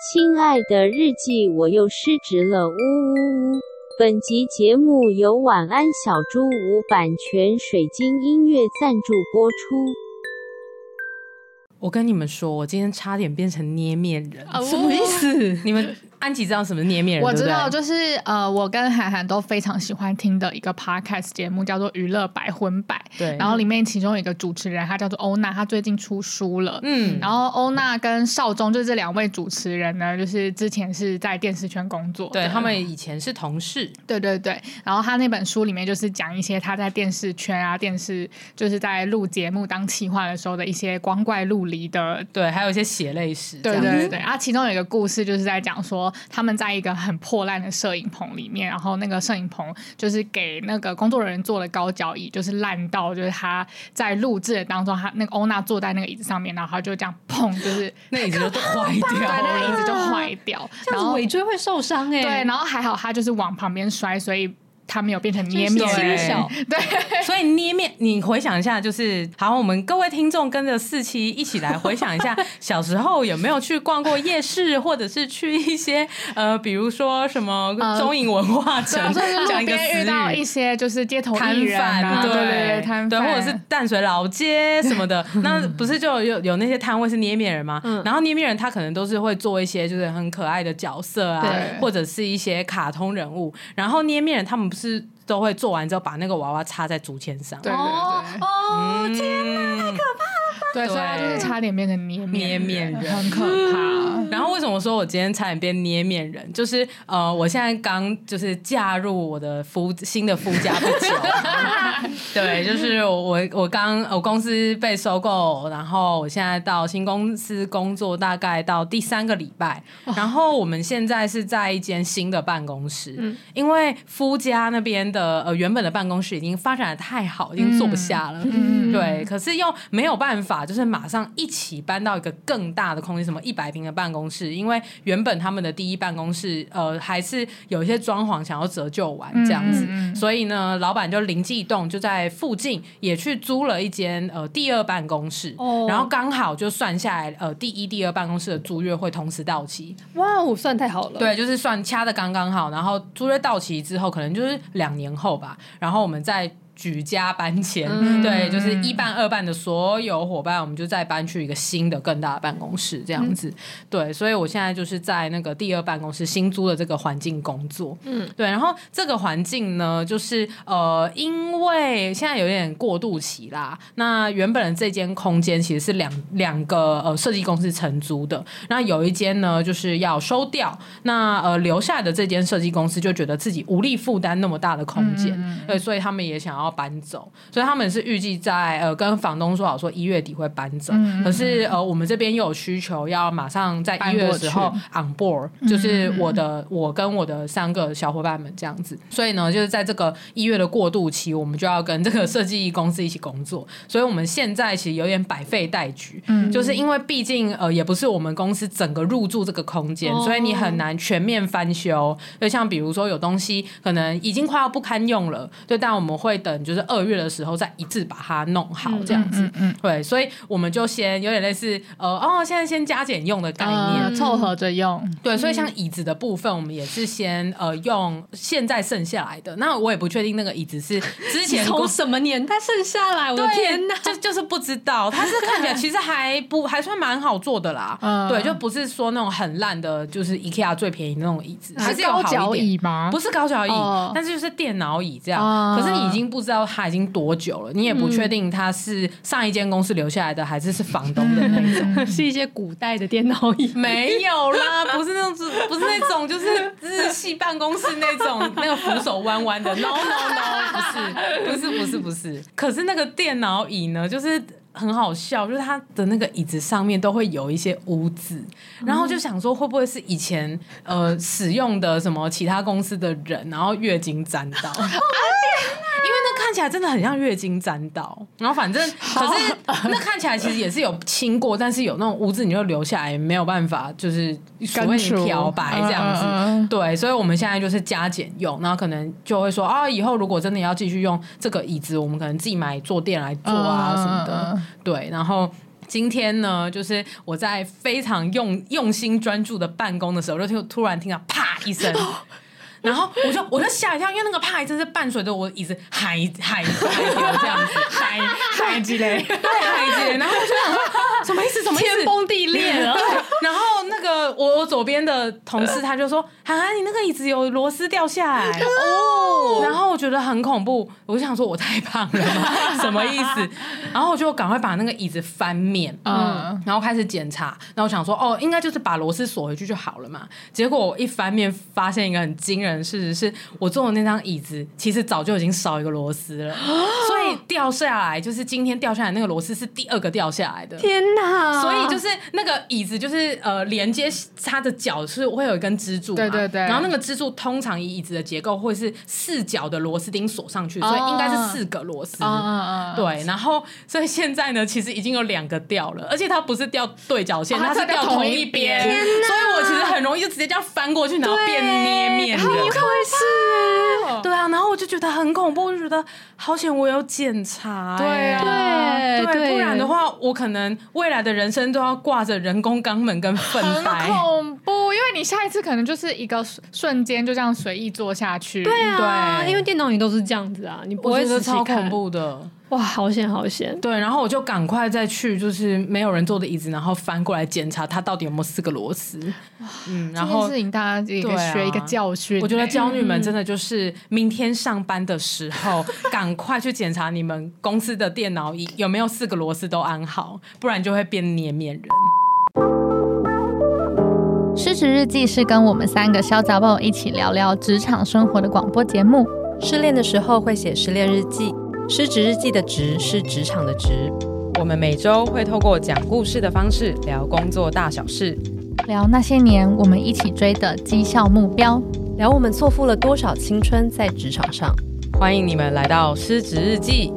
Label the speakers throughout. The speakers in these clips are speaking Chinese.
Speaker 1: 亲爱的日记，我又失职了，呜呜呜！本集节目由晚安小猪屋版权水晶音乐赞助播出。
Speaker 2: 我跟你们说，我今天差点变成捏面人。
Speaker 3: 啊
Speaker 4: 什么意？思？
Speaker 2: 你们安琪知道什么是捏面人？
Speaker 3: 我知道，
Speaker 2: 对不对
Speaker 3: 就是呃，我跟涵涵都非常喜欢听的一个 podcast 节目，叫做《娱乐百分百》。
Speaker 2: 对
Speaker 3: 然后里面其中有一个主持人，她叫做欧娜，她最近出书了。
Speaker 2: 嗯，
Speaker 3: 然后欧娜跟邵忠就是这两位主持人呢，就是之前是在电视圈工作的，
Speaker 2: 对他们以前是同事，
Speaker 3: 对对对，然后他那本书里面就是讲一些他在电视圈啊、电视就是在录节目当企划的时候的一些光怪陆离的。
Speaker 2: 对，还有一些血泪史这
Speaker 3: 对
Speaker 2: 样子。
Speaker 3: 对对，啊，其中有一个故事就是在讲说，他们在一个很破烂的摄影棚里面，然后那个摄影棚就是给那个工作人员做的高脚椅，就是烂到就是他在录制的当中，他那个欧娜坐在那个椅子上面，然后他就这样砰，就是
Speaker 2: 那椅子就都坏
Speaker 3: 对，
Speaker 2: 掉
Speaker 3: 那 个椅
Speaker 2: 了。
Speaker 3: 子就坏掉，
Speaker 4: 这
Speaker 3: 然
Speaker 4: 样子
Speaker 3: 后
Speaker 4: 尾椎会受伤哎、
Speaker 3: 对，然后还好他就是往旁边摔，所以他没有变成捏
Speaker 4: 就是
Speaker 3: 面人。
Speaker 4: 心小，
Speaker 2: 所以捏面，你回想一下，就是好，我们各位听众跟着四期一起来回想一下，小时候有没有去逛过夜市，或者是去一些呃，比如说什么
Speaker 3: 呃
Speaker 2: 中影文化城
Speaker 3: 对，所以，路
Speaker 2: 讲一个
Speaker 3: 边遇到
Speaker 2: 词语
Speaker 3: 一。些就是街头
Speaker 2: 摊
Speaker 3: 艺人啊，
Speaker 2: 贩，
Speaker 3: 对对，
Speaker 2: 对
Speaker 3: 摊
Speaker 2: 对，
Speaker 3: 贩，
Speaker 2: 或者是淡水老街什么 的，那不是就有有那些摊位是捏面人吗？
Speaker 3: 嗯
Speaker 2: 然后捏面人他可能都是会做一些就是很可爱的角色啊
Speaker 3: 对，
Speaker 2: 或者是一些卡通人物。然后捏面人他们不是都会做完之后把那个娃娃插在竹签上，
Speaker 3: 对嗯
Speaker 4: 哦
Speaker 3: 对
Speaker 4: 哦，天 哪！
Speaker 3: 对对，所以他就是差点变成捏
Speaker 2: 捏面
Speaker 3: 人，
Speaker 2: 人嗯
Speaker 3: 很可怕。
Speaker 2: 然后为什么说我今天差点变捏面人？就是呃，我现在刚就是嫁入我的夫新的夫家不久，对，就是我我我刚我公司被收购，然后我现在到新公司工作，大概到第三个礼拜。然后我们现在是在一间新的办公室，因为夫家那边的呃原本的办公室已经发展的太好，已经坐不下了。
Speaker 3: 嗯
Speaker 2: 对，可是又没有办法，就是马上一起搬到一个更大的空间，什么一百平的办公室，因为原本他们的第一办公室，呃，还是有一些装潢想要折旧完这样子，
Speaker 3: 嗯嗯嗯
Speaker 2: 所以呢，老板就灵机一动，就在附近也去租了一间呃第二办公室，
Speaker 4: 哦
Speaker 2: 然后刚好就算下来，呃，第一、第二办公室的租约会同时到期，
Speaker 4: 哇哦，算太好了。，
Speaker 2: 对，就是算掐的刚刚好，然后租约到期之后，可能就是两年后吧，然后我们再。举家搬迁，
Speaker 4: 嗯
Speaker 2: 对，就是一办二办的所有伙伴，我们就再搬去一个新的更大的办公室，这样子。对，所以我现在就是在那个第二办公室新租的这个环境工作。嗯，对，然后这个环境呢，就是呃，因为现在有点过渡期啦。那原本的这间空间其实是两两个呃设计公司承租的，那有一间呢就是要收掉，那呃留下来的这间设计公司就觉得自己无力负担那么大的空
Speaker 3: 嗯
Speaker 2: 间，对，所以他们也想要搬走，所以他们是预计在呃跟房东说好说一月底会搬走，
Speaker 3: 嗯嗯
Speaker 2: 可是呃我们这边又有需求要马上在一
Speaker 3: 搬
Speaker 2: 月的
Speaker 3: 过
Speaker 2: 时
Speaker 3: 去
Speaker 2: 候 on board，就是
Speaker 3: 嗯
Speaker 2: 我的我跟我的三个小伙伴们这样子，所以呢就是在这个一月的过渡期，我们就要跟这个设计公司一起工作， 所以我们现在其实有点百废待举，
Speaker 3: 嗯
Speaker 2: 就是因为毕竟呃也不是我们公司整个入驻这个空间，
Speaker 4: 哦
Speaker 2: 所以你很难全面翻修。就像比如说有东西可能已经快要不堪用了，对，但我们会等就是二月的时候再一次把它弄好这样子。
Speaker 3: 嗯嗯，
Speaker 2: 对，所以我们就先有点类似呃哦，现在先加减用的概念。嗯
Speaker 3: 呃凑合着用，
Speaker 2: 对，所以
Speaker 3: 嗯
Speaker 2: 像椅子的部分，我们也是先呃用现在剩下来的。那我也不确定那个椅子 是之前公
Speaker 4: 从什么年代剩下来？我的
Speaker 2: 对，
Speaker 4: 天哪！
Speaker 2: 就就是不知道，它是看起来其实还不还算蛮好做的啦。
Speaker 3: 嗯
Speaker 2: 对，就不是说那种很烂的，就是 IKEA 最便宜的那种椅子，还是有
Speaker 3: 高
Speaker 2: 好
Speaker 3: 脚
Speaker 2: 一点。
Speaker 3: 椅吗？
Speaker 2: 不是高脚椅，
Speaker 3: 哦
Speaker 2: 但是就是电脑椅这样。
Speaker 3: 哦
Speaker 2: 可是你已经不知道它已经多久了，你也不确定它是上一间公司留下来的，还是是房东的那一种。
Speaker 4: 是一些古代的电脑 椅，
Speaker 2: 没有啦，不是那种，不是那种，就是日系办公室那种，那个扶手弯弯的。No no no，不是，不是，不是，不是。可是那个电脑椅呢，就是。很好笑，就是它的那个椅子上面都会有一些污渍，然后就想说会不会是以前呃使用的什么其他公司的人，然后月经沾到，因为那看起来真的很像月经沾到，然后反 正可是那看起来其实也是有清过，但是有那种污渍你就留下来，没有办法就是所谓
Speaker 3: 根除
Speaker 2: 你漂白这样子，
Speaker 3: 嗯嗯嗯
Speaker 2: 对，所以我们现在就是加减用，然后可能就会说啊，以后如果真的要继续用这个椅子，我们可能自己买坐垫来做啊
Speaker 3: 嗯嗯
Speaker 2: 什么的，
Speaker 3: 嗯
Speaker 2: 对，然后。今天呢，就是我在非常用用心专注的办公的时候，就听突然听到啪一 声。然后我就我就吓一跳，因为那个啪一声是伴随着我的椅子嗨嗨嗨掉这样子，嗨 嗨之类，对嗨之类。然后我就想说什么意思？什么意思？
Speaker 4: 天崩地 裂了。
Speaker 2: 然后那个我我左边的同事他就说：“涵涵，你那个椅子有螺丝掉下来哦。”然后我觉得很恐怖，我就想说我太胖了吗？什么意思？然后我就赶快把那个椅子翻面，
Speaker 3: 嗯，
Speaker 2: 然后开始检查。然后我想说哦，应该就是把螺丝锁回去就好了嘛。结果我一翻面，发现一个很惊人的事实是，我坐的那张椅子其实早就已经少一个螺丝了，所以掉下来就是今天掉下来那个螺丝是第二个掉下来的。
Speaker 4: 天
Speaker 3: 啊
Speaker 4: 哪！
Speaker 2: 所以就是那个椅子，就是呃，连接它的脚是会有一根支柱嘛，
Speaker 3: 对对对
Speaker 2: 然后那个支柱通常以椅子的结构会是四角的螺丝钉锁上去，
Speaker 3: 哦
Speaker 2: 所以应该是四个螺丝。
Speaker 3: 嗯嗯嗯，
Speaker 2: 对，然后所以现在呢，其实已经有两个掉了，而且它不是掉对角线，
Speaker 3: 哦
Speaker 2: 它
Speaker 3: 它
Speaker 2: 是
Speaker 3: 是掉
Speaker 2: 掉同
Speaker 3: 同
Speaker 2: 一
Speaker 3: 一
Speaker 2: 边，
Speaker 3: 边
Speaker 2: 所以我其实很容易就直接这样翻过去，然后变捏面
Speaker 3: 哎
Speaker 2: 人。
Speaker 4: 是
Speaker 2: 对啊，然后我就觉得很恐怖，我就觉得好险我有检查、
Speaker 3: 对
Speaker 2: 哎
Speaker 3: 啊
Speaker 4: 哎，
Speaker 2: 对，
Speaker 4: 对，
Speaker 2: 不然的话，我可能未来的人生都要挂着人工肛门跟粪
Speaker 3: 很
Speaker 2: 白。
Speaker 3: 恐怖，因为你下一次可能就是一个瞬瞬间就这样随意做下去。嗯
Speaker 4: 对啊，
Speaker 2: 对
Speaker 4: 因为电脑也都是这样子啊，你不
Speaker 2: 我
Speaker 4: 会
Speaker 2: 觉得
Speaker 4: 仔细
Speaker 2: 超恐
Speaker 4: 看。
Speaker 2: 怖的，
Speaker 4: 哇，好险好险！
Speaker 2: 对，然后我就赶快再去就是没有人坐的椅子，然后翻过来检查它到底有没有四个螺丝，嗯，然
Speaker 3: 这件
Speaker 2: 后
Speaker 3: 事情大家
Speaker 2: 对
Speaker 3: 一个
Speaker 2: 啊
Speaker 3: 学一个教训欸。
Speaker 2: 我觉得娇女们真的就是明天上班的时候， 赶快去检查你们公司的电脑椅有没有四个螺丝都安好，不然就会变捏面人。
Speaker 5: 失职日记是跟我们三个小杂宝一起聊聊职场生活的广播节目。
Speaker 6: 失恋的时候会写失恋日记，失职日记的职是职场的职。
Speaker 7: 我们每周会透过讲故事的方式聊工作大小事，
Speaker 5: 聊那些年我们一起追的绩效目标。
Speaker 6: 聊我们错付了多少青春在职场上。
Speaker 7: 欢迎你们来到《失职日记》。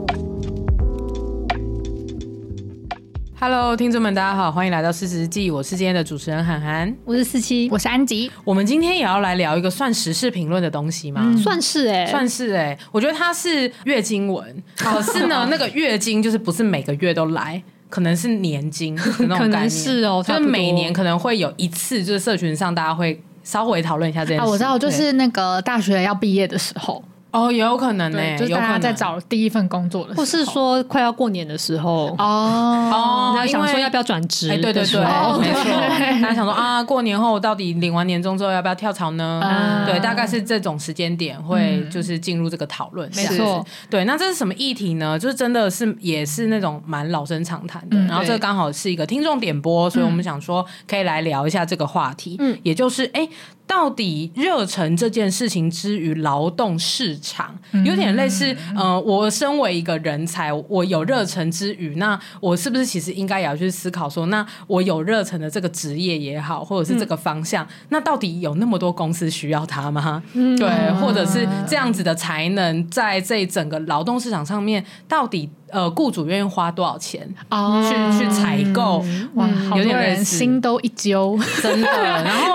Speaker 2: Hello，听众们，大家好，欢迎来到《失职日记》，我是今天的主持人涵涵。
Speaker 4: 我是四
Speaker 3: 哎
Speaker 4: 七，
Speaker 5: 我是安吉，
Speaker 2: 我们今天也要来聊一个算时事评论的东西吗？
Speaker 4: 算是哎，
Speaker 2: 算是哎、我觉得它是月经文，可是呢，那个月经就是不是每个月都来。可能是年经的那种
Speaker 4: 可
Speaker 2: 概念，
Speaker 4: 能是哦
Speaker 2: 就
Speaker 4: 差
Speaker 2: 是
Speaker 4: 不多
Speaker 2: 每年可能会有一次，就是社群上大家会稍微讨论一下这件事。
Speaker 3: 啊，我知道，就是那个大学要毕业的时候，
Speaker 2: 哦，也有可能呢、
Speaker 3: 对，
Speaker 2: 欸，
Speaker 3: 就是
Speaker 2: 有可
Speaker 3: 大家
Speaker 2: 能
Speaker 3: 在找第一份工作的时候，
Speaker 4: 或是说快要过年的时候，
Speaker 3: 哦，
Speaker 2: 哦，
Speaker 4: 大家想
Speaker 2: 因
Speaker 4: 说
Speaker 2: 为
Speaker 4: 要不要转职？
Speaker 2: 哎，对对对，
Speaker 3: 哦
Speaker 2: 没错
Speaker 3: 对，
Speaker 2: 大家想说啊，过年后我到底领完年终之后要不要跳槽呢？
Speaker 3: 啊
Speaker 2: 嗯对，大概是这种时间点会就是进入这个讨论，
Speaker 3: 没
Speaker 2: 这样
Speaker 3: 错
Speaker 2: 子。对，那这是什么议题呢？就是真的是也是那种蛮老生常谈的，
Speaker 3: 嗯
Speaker 2: 然后这个
Speaker 3: 对嗯
Speaker 2: 刚好是一个听众点播，所以我们想说可以来聊一下这个话题，嗯，也就是哎。到底热忱这件事情之于劳动市场，
Speaker 3: 嗯
Speaker 2: 有点类似，呃，我身为一个人才，我有热忱之余，那我是不是其实应该也要去思考说，那我有热忱的这个职业也好，或者是这
Speaker 3: 嗯
Speaker 2: 个方向，那到底有那么多公司需要它吗？对，或者是这样子的才能，在这整个劳动市场上面，到底呃，雇主愿意花多少钱
Speaker 3: 哦，
Speaker 2: 去去采购？
Speaker 3: 哇，
Speaker 4: 嗯
Speaker 3: 好多
Speaker 2: 有点类
Speaker 3: 人
Speaker 2: 似
Speaker 3: 心都一揪，
Speaker 2: 真的。然后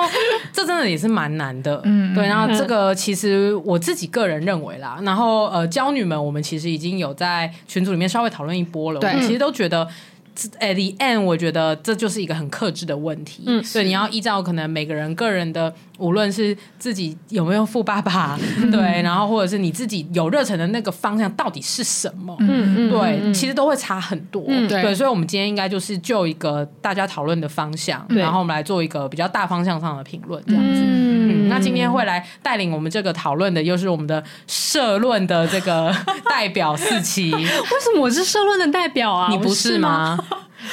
Speaker 2: 这真的也是蛮难的，嗯，对。然后这个其实我自己个人认为啦，然后呃，娇女们我们其实已经有在群组里面稍微讨论一波了，我
Speaker 3: 对
Speaker 2: 们其实都觉得。at the end，我觉得这就是一个很克制的问题。嗯，对，你要依照可能每个人个人的，无论是自己有没有富爸 爸，对，然后或者是你自己有热忱的那个方向到底是什么，
Speaker 3: 嗯
Speaker 2: 对，其实都会差很多。
Speaker 3: 对
Speaker 2: 对，所以我们今天应该就是就一个大家讨论的方向，
Speaker 3: 对
Speaker 2: 然后我们来做一个比较大方向上的评论，这样子。嗯
Speaker 4: 嗯
Speaker 2: 那今天会来带领我们这个讨论的，又是我们的社论的这个 代表四期，
Speaker 4: 为什么我是社论的代表啊？
Speaker 2: 你不
Speaker 4: 我
Speaker 2: 是
Speaker 4: 是？
Speaker 2: 吗？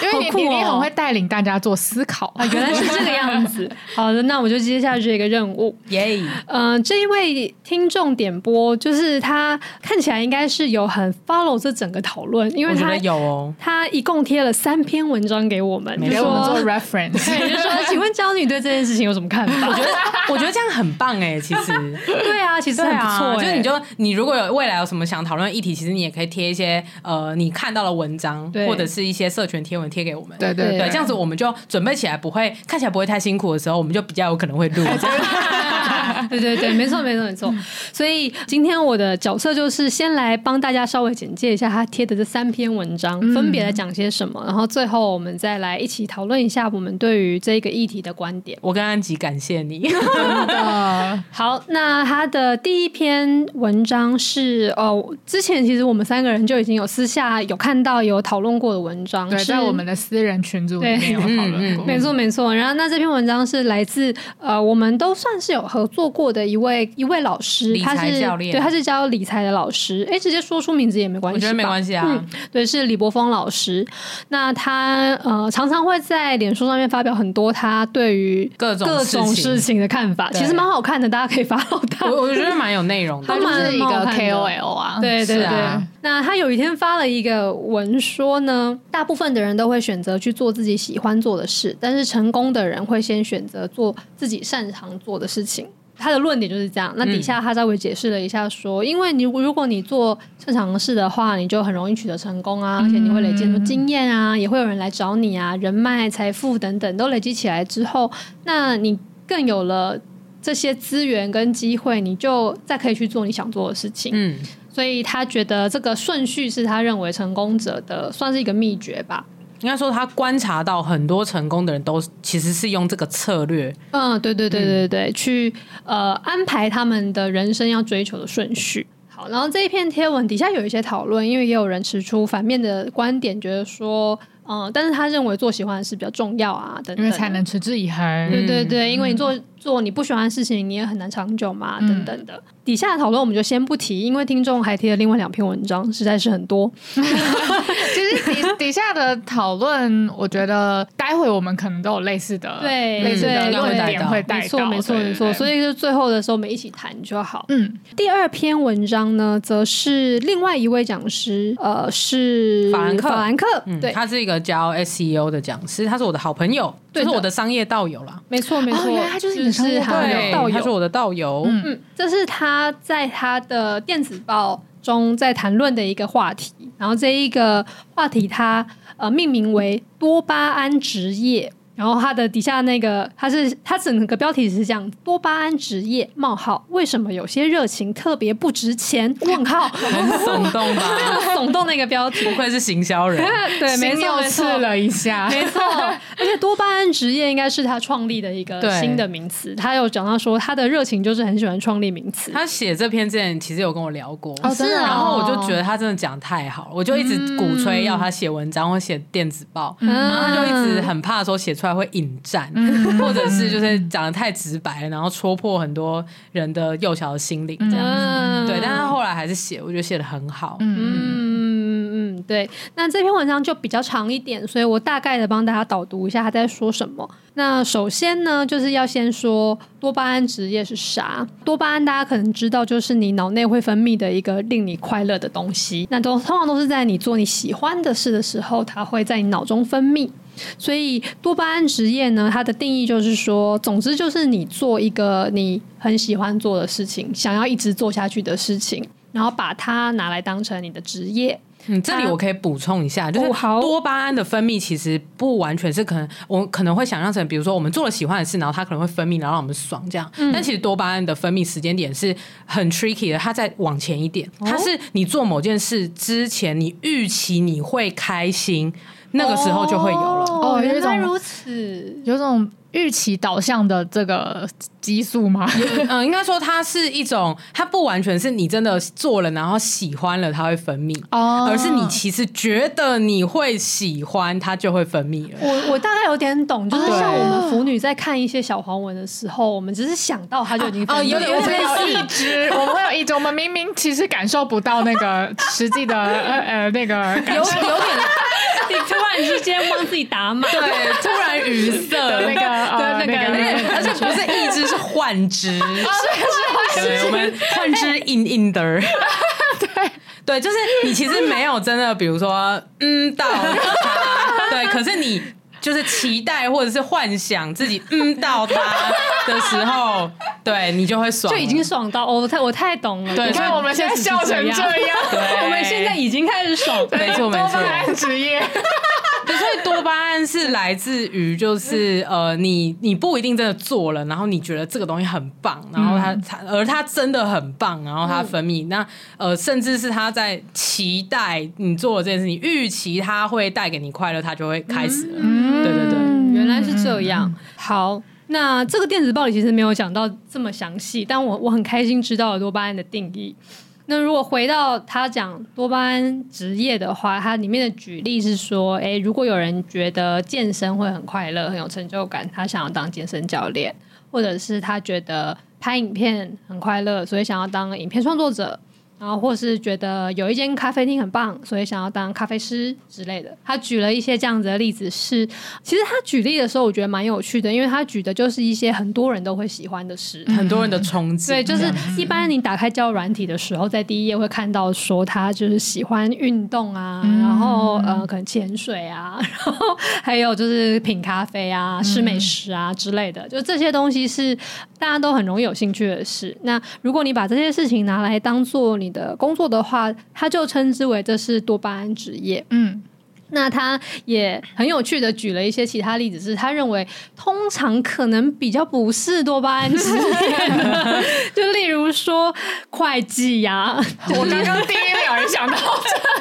Speaker 3: 因为
Speaker 4: 好酷
Speaker 3: 你你你
Speaker 4: 哦
Speaker 3: 很会带领大家做思考，
Speaker 4: 啊， 原来是这个样子。 好的，那我就接下这个任务。
Speaker 2: 耶、
Speaker 4: 嗯、这一位听众点播，就是他看起来应该是有很 follow 这整个讨论，因为
Speaker 2: 我觉
Speaker 4: 他
Speaker 2: 得有哦。
Speaker 4: 他一共贴了三篇文章给我们，就
Speaker 3: 给我们做
Speaker 4: 说，
Speaker 3: reference，
Speaker 4: 对，就说，请问娇女对这件事情有什么看法？我觉得
Speaker 2: 我觉得 这样很棒哎、其实
Speaker 4: 对啊，其实
Speaker 2: 对
Speaker 4: 很不
Speaker 2: 啊，
Speaker 4: 错、欸，
Speaker 2: 就是你就你如果有未来有什么想讨论的议题，其实你也可以贴一些呃你看到的文章，
Speaker 4: 对
Speaker 2: 或者是一些社群贴文贴给我们。
Speaker 3: 对
Speaker 2: 对，
Speaker 3: 对
Speaker 2: 这啊 样子我们就准备起来不会看起来不会太辛苦的时候，我们就比较有可能会录。
Speaker 4: 对对对，没错没错没
Speaker 3: 嗯
Speaker 4: 错。所以今天我的角色就是先来帮大家稍微简介一下他贴的这三篇文章，
Speaker 3: 嗯
Speaker 4: 分别来讲些什么，然后最后我们再来一起讨论一下我们对于这个议题的观点。
Speaker 2: 我跟安吉感谢你，
Speaker 3: 呃
Speaker 4: 好，那他的第一篇文章是哦，之前其实我们三个人就已经有私下有看到有讨论过的文章，
Speaker 3: 对，
Speaker 4: 是嗯
Speaker 3: 在我们的私人群组里面有讨论
Speaker 2: 嗯
Speaker 3: 过，
Speaker 4: 没错没错，然后那这篇文章是来自呃，我们都算是有合作过的一位一位老师，
Speaker 2: 理财
Speaker 4: 他是
Speaker 2: 教练
Speaker 4: 对，他是教理财的老师，哎，直接说出名字也没关 系，
Speaker 2: 我觉得没关
Speaker 4: 系。
Speaker 2: 系啊。
Speaker 4: 对，是李博峰老师。那他呃，常常会在脸书上面发表很多他对于
Speaker 2: 各种
Speaker 4: 各种
Speaker 2: 事情
Speaker 4: 事情的看法，
Speaker 2: 对
Speaker 4: 其实蛮好看的，大家可以发到他。
Speaker 2: 我我觉得蛮有内容
Speaker 3: 他
Speaker 2: 的
Speaker 4: 他。们
Speaker 3: 就是一
Speaker 4: 蛮好
Speaker 3: 个
Speaker 4: 看的
Speaker 3: KOL 啊，
Speaker 4: 对对
Speaker 2: 是
Speaker 4: 对、
Speaker 2: 啊
Speaker 4: 那他有一天发了一个文说呢，大部分的人都会选择去做自己喜欢做的事，但是成功的人会先选择做自己擅长做的事情。他的论点就是这样。那底
Speaker 2: 嗯
Speaker 4: 下他稍微解释了一下说，因为你如果你做擅长的事的话，你就很容易取得成功
Speaker 2: 嗯
Speaker 4: 啊，而且你会累积很多经验啊，也会有人来找你啊，人脉、财富等等都累积起来之后，那你更有了这些资源跟机会，你就再可以去做你想做的事情。
Speaker 2: 嗯，
Speaker 4: 所以他觉得这个顺序是他认为成功者的算是一个秘诀吧。
Speaker 2: 应该说他观察到很多成功的人都其实是用这个策略，
Speaker 4: 嗯，对对对对对，去呃安排他们的人生要追求的顺序。好，然后这一篇贴文底下有一些讨论，因为也有人持出反面的观点，觉得说，嗯、但是他认为做喜欢的事比较重要啊，等等，
Speaker 3: 因为才能嗯持之以恒。
Speaker 4: 对对对，因为你做做你不喜欢的事情，你也很难长久
Speaker 3: 嗯
Speaker 4: 嘛，等等的。底下的讨论我们就先不提，因为听众还贴了另外两篇文章，实在是很多。
Speaker 3: 其实底 底下的讨论，我觉得待会我们可能都有类似的
Speaker 4: 对
Speaker 3: 类似的
Speaker 4: 对
Speaker 3: 论点会带到，
Speaker 4: 没错，没错，没错。所
Speaker 3: 以
Speaker 4: 以就最后的时候，我们一起谈就好。
Speaker 3: 嗯，
Speaker 4: 第二篇文章呢，则是另外一位讲师，呃，是
Speaker 2: 法兰克
Speaker 4: 法兰克，
Speaker 2: 嗯，
Speaker 4: 对，
Speaker 2: 他是一个教 SEO 的讲师，他是我的好朋友，就
Speaker 4: 对的
Speaker 2: 是我的商业道友啦。
Speaker 4: 没错，没错，
Speaker 3: 哦原来他就是你的商业
Speaker 4: 他
Speaker 3: 道友
Speaker 4: 道
Speaker 2: 他是
Speaker 4: 友，
Speaker 2: 我的道友。
Speaker 3: 嗯
Speaker 4: 嗯，这是他在他的电子报中在谈论的一个话题，然后这一个话题他呃命名为多巴胺职业。然后他的底下那个，他是他整个标题是这样：多巴胺职业冒号为什么有些热情特别不值钱？问号，
Speaker 2: 很耸动吧？
Speaker 4: 耸动那个标题
Speaker 2: 不，愧是行销人，
Speaker 4: 对，没
Speaker 3: 心
Speaker 4: 错，
Speaker 3: 又
Speaker 4: 没
Speaker 3: 刺
Speaker 4: 错，
Speaker 3: 了一下，
Speaker 4: 没错。而且多巴胺职业应该是他创立的一个
Speaker 2: 对
Speaker 4: 新的名词。他有讲到说，他的热情就是很喜欢创立名词。
Speaker 2: 他写这篇之前其实有跟我聊过，
Speaker 4: 哦真的哦嗯
Speaker 2: 然后我就觉得他真的讲太好了，我就一直鼓吹要他写文章或写电子报，嗯然后他就一直很怕说写出来会引战，
Speaker 4: 嗯
Speaker 2: 或者是就是讲的太直白了，然后戳破很多人的幼小的心灵这样。
Speaker 4: 嗯，
Speaker 2: 对，但是他后来还是写，我觉得写的很好。
Speaker 4: 嗯嗯嗯，对。那这篇文章就比较长一点，所以我大概的帮大家导读一下他在说什么。那首先呢，就是要先说多巴胺职业是啥。多巴胺大家可能知道，就是你脑内会分泌的一个令你快乐的东西。那都通常都是在你做你喜欢的事的时候，它会在你脑中分泌。所以多巴胺职业呢，它的定义就是说，总之就是你做一个你很喜欢做的事情，想要一直做下去的事情，然后把它拿来当成你的职业。
Speaker 2: 嗯，这里
Speaker 4: 他
Speaker 2: 我可以补充一下，就是
Speaker 4: 哦好
Speaker 2: 多巴胺的分泌其实不完全是可能，我可能会想象成，比如说我们做了喜欢的事，然后它可能会分泌，然后让我们爽这样。但其实多巴胺的分泌时间点是很 tricky 的，它在往前一点，它是你做某件事之前，你预期你会开心，那个时候就会有了。
Speaker 3: 哦有一
Speaker 4: 原来
Speaker 3: 种
Speaker 4: 如此。
Speaker 3: 有种预期导向的这个激素吗？
Speaker 2: 嗯，应该说它是一种，它不完全是你真的做了，然后喜欢了，它会分泌。
Speaker 3: 哦
Speaker 2: 而是你其实觉得你会喜欢，它就会分泌了。
Speaker 4: 我我大概有点懂，就是
Speaker 2: 哦
Speaker 4: 像我们腐女在看一些小黄文的时候，我们只是想到它就 已经分
Speaker 2: 哦
Speaker 4: 泌
Speaker 2: 有
Speaker 4: 了
Speaker 2: 点
Speaker 3: 我们
Speaker 2: 类似
Speaker 3: 有一直，我们会有一直，我们明明其实感受不到那个实际的呃呃那个感
Speaker 2: 有
Speaker 3: 受
Speaker 2: 有点
Speaker 4: 你突然之间帮自己打码，
Speaker 2: 对，突然语塞
Speaker 3: 的那个呃
Speaker 2: 对
Speaker 3: 那个那个
Speaker 2: 而且不是一只是幻肢，是是幻肢，我们幻肢硬硬的儿。 对，就是你其实没有真的，比如说，嗯，到它，对，可是你就是期待或者是幻想自己嗯到它的时候，对你就会爽
Speaker 4: 就
Speaker 2: 了，
Speaker 4: 已经爽到哦，我太我太懂了。
Speaker 2: 对
Speaker 3: 你看我们现在笑成这 样，
Speaker 2: 对，
Speaker 4: 我们现在已经开始爽了。
Speaker 2: 没错没
Speaker 3: 多巴
Speaker 2: 错，
Speaker 3: 胺职业，
Speaker 2: 对所以多巴巴胺是来自于就是呃，你你不一定真的做了，然后你觉得这个东西很棒，然后
Speaker 4: 嗯
Speaker 2: 它它、而它真的很棒，然后它分泌、那呃，甚至是它在期待你做了这件事情，预期它会带给你快乐，它就会开始了。
Speaker 3: 嗯
Speaker 2: 对对对。
Speaker 4: 嗯，原来是这样。好，那这个电子报里其实没有讲到这么详细，但我我很开心知道了多巴胺的定义。那如果回到他讲多巴胺职业的话，它里面的举例是说，诶，如果有人觉得健身会很快乐、很有成就感，他想要当健身教练，或者是他觉得拍影片很快乐，所以想要当影片创作者，然后或是觉得有一间咖啡厅很棒，所以想要当咖啡师之类的。他举了一些这样子的例子是，其实他举例的时候，我觉得蛮有趣的，因为他举的就是一些很多人都会喜欢的事。
Speaker 2: 很多人的冲击，
Speaker 4: 对，就是一般你打开交友软体的时候，在第一页会看到说他就是喜欢运动啊，然后呃可能潜水啊， 然后还有就是品咖啡啊、吃美食啊之类的，就这些东西是大家都很容易有兴趣的事。那如果你把这些事情拿来当做你的工作的话，他就称之为这是多巴胺职业。
Speaker 3: 嗯，
Speaker 4: 那他也很有趣的举了一些其他例子，是他认为通常可能比较不是多巴胺之类的，就例如说会计呀、
Speaker 3: 我刚刚第一秒也想到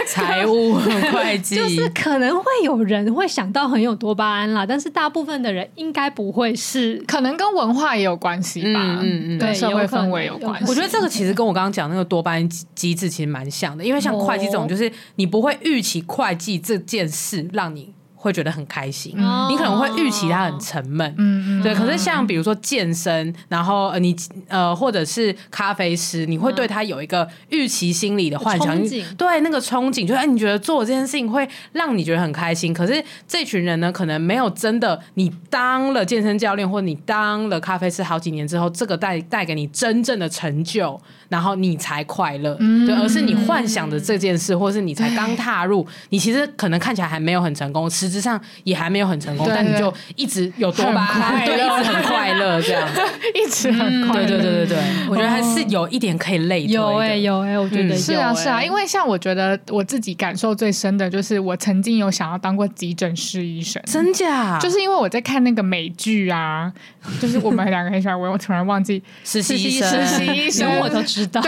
Speaker 2: 财 务会计，
Speaker 4: 就是可能会有人会想到很有多巴胺啦，但是大部分的人应该不会是。
Speaker 3: 可能跟文化也有关系吧，
Speaker 2: 嗯嗯嗯
Speaker 3: 跟社会
Speaker 4: 有可能
Speaker 3: 氛围有关系。
Speaker 2: 我觉得这个其实跟我刚刚讲那个多巴胺机机制其实蛮像的，因为像会计这
Speaker 4: 哦
Speaker 2: 种，就是你不会预期会计这件事让你会觉得很开心，
Speaker 4: 哦
Speaker 2: 你可能会预期它很沉闷。
Speaker 3: 哦嗯，嗯
Speaker 2: 对，可是像比如说健身，然后呃你呃或者是咖啡师，你会对
Speaker 3: 嗯
Speaker 2: 他有一个预期心理的幻想，
Speaker 4: 憧
Speaker 2: 你
Speaker 4: 憬
Speaker 2: 对那个憧憬，就是哎，你觉得做这件事情会让你觉得很开心。可是这群人呢，可能没有真的你当了健身教练，或者你当了咖啡师好几年之后，这个带带给你真正的成就，然后你才快乐，
Speaker 3: 嗯
Speaker 2: 对，而是你幻想的这件事，或是你才刚踏入，
Speaker 3: 嗯
Speaker 2: 你其实可能看起来还没有很成功，实质上也还没有很成功，
Speaker 3: 对
Speaker 2: 但你
Speaker 3: 对
Speaker 2: 就一直有多巴
Speaker 3: 很快
Speaker 2: 胺，对，
Speaker 3: 乐
Speaker 2: 一直很快乐这样。
Speaker 3: 一直很快
Speaker 2: 对
Speaker 3: 乐。
Speaker 2: 对对对 对，我觉得还是有一点可以类推的
Speaker 4: 有哎、有哎、我觉得有、
Speaker 2: 嗯
Speaker 3: 是啊，
Speaker 4: 欸
Speaker 3: 是啊，因为像我觉得我自己感受最深的就是，我曾经有想要当过急诊室医生，
Speaker 2: 真假
Speaker 3: 就是啊是因为我在看那个美剧啊，就是我们两个很喜欢，我突然忘记，
Speaker 2: 实习医
Speaker 3: 实
Speaker 2: 生
Speaker 3: 习医生，
Speaker 4: 连我都知道。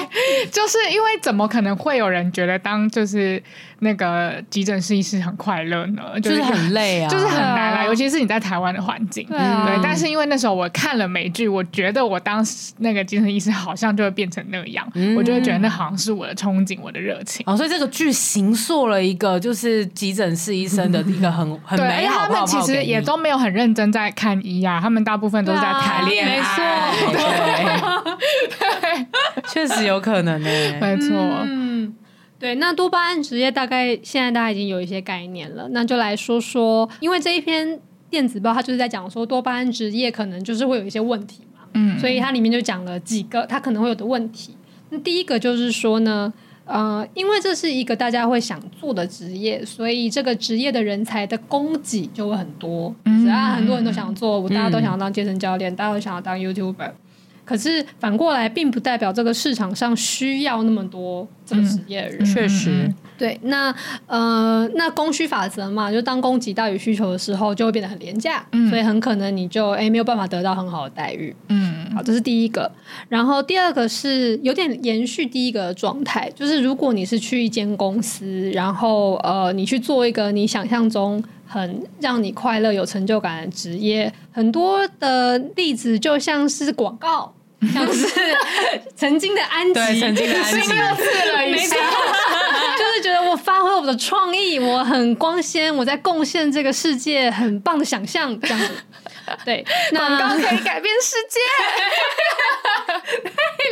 Speaker 3: 就是因为怎么可能会有人觉得当就是那个急诊室医师很快乐呢？
Speaker 2: 就是很累啊，
Speaker 3: 就是很难
Speaker 4: 对
Speaker 3: 啦，
Speaker 4: 啊
Speaker 3: 尤其是你在台湾的环境。
Speaker 4: 对啊
Speaker 3: 对，但是因为那时候我看了美剧，我觉得我当时那个精神医师好像就会变成那样，我就会觉得那好像是我的憧憬，我的热情。
Speaker 2: 嗯哦，所以这个剧形塑了一个就是急诊室医生的一个很很
Speaker 3: 对，而
Speaker 2: 美
Speaker 3: 且
Speaker 2: 好
Speaker 3: 他
Speaker 2: 泡
Speaker 3: 们
Speaker 2: 泡
Speaker 3: 其实
Speaker 2: 给你
Speaker 3: 也都没有很认真在看医啊，他们大部分都是在谈恋
Speaker 2: 恋爱，对确实有可能欸呢、
Speaker 3: 爱，没错，
Speaker 4: 嗯，对，那多巴胺职业大概现在大家已经有一些概念了，那就来说说，因为这一篇电子报它就是在讲说多巴胺职业可能就是会有一些问题嘛，
Speaker 3: 嗯，
Speaker 4: 所以它里面就讲了几个它可能会有的问题。那第一个就是说呢。呃，因为这是一个大家会想做的职业，所以这个职业的人才的供给就会很多。只要很多人都想做，我大家都想要当健身教练，大家都想要当 YouTuber，可是反过来，并不代表这个市场上需要那么多这个职业的
Speaker 3: 嗯
Speaker 4: 人。
Speaker 2: 确实，
Speaker 4: 对，那呃，那供需法则嘛，就当供给大于需求的时候，就会变得很廉价，所以很可能你就哎没有办法得到很好的待遇。
Speaker 3: 嗯，
Speaker 4: 好，这是第一个。然后第二个是有点延续第一个的状态，就是如果你是去一间公司，然后呃，你去做一个你想象中很让你快乐、有成就感的职业，很多的例子就像是广告。像是 曾经的安 吉，
Speaker 2: 对曾经的安吉
Speaker 4: 新六次了，没错， 就是觉得我发挥我的创意，我很光鲜，我在贡献这个世界，很棒的想象，这样 子。对，那
Speaker 3: 广告可以改变世 界。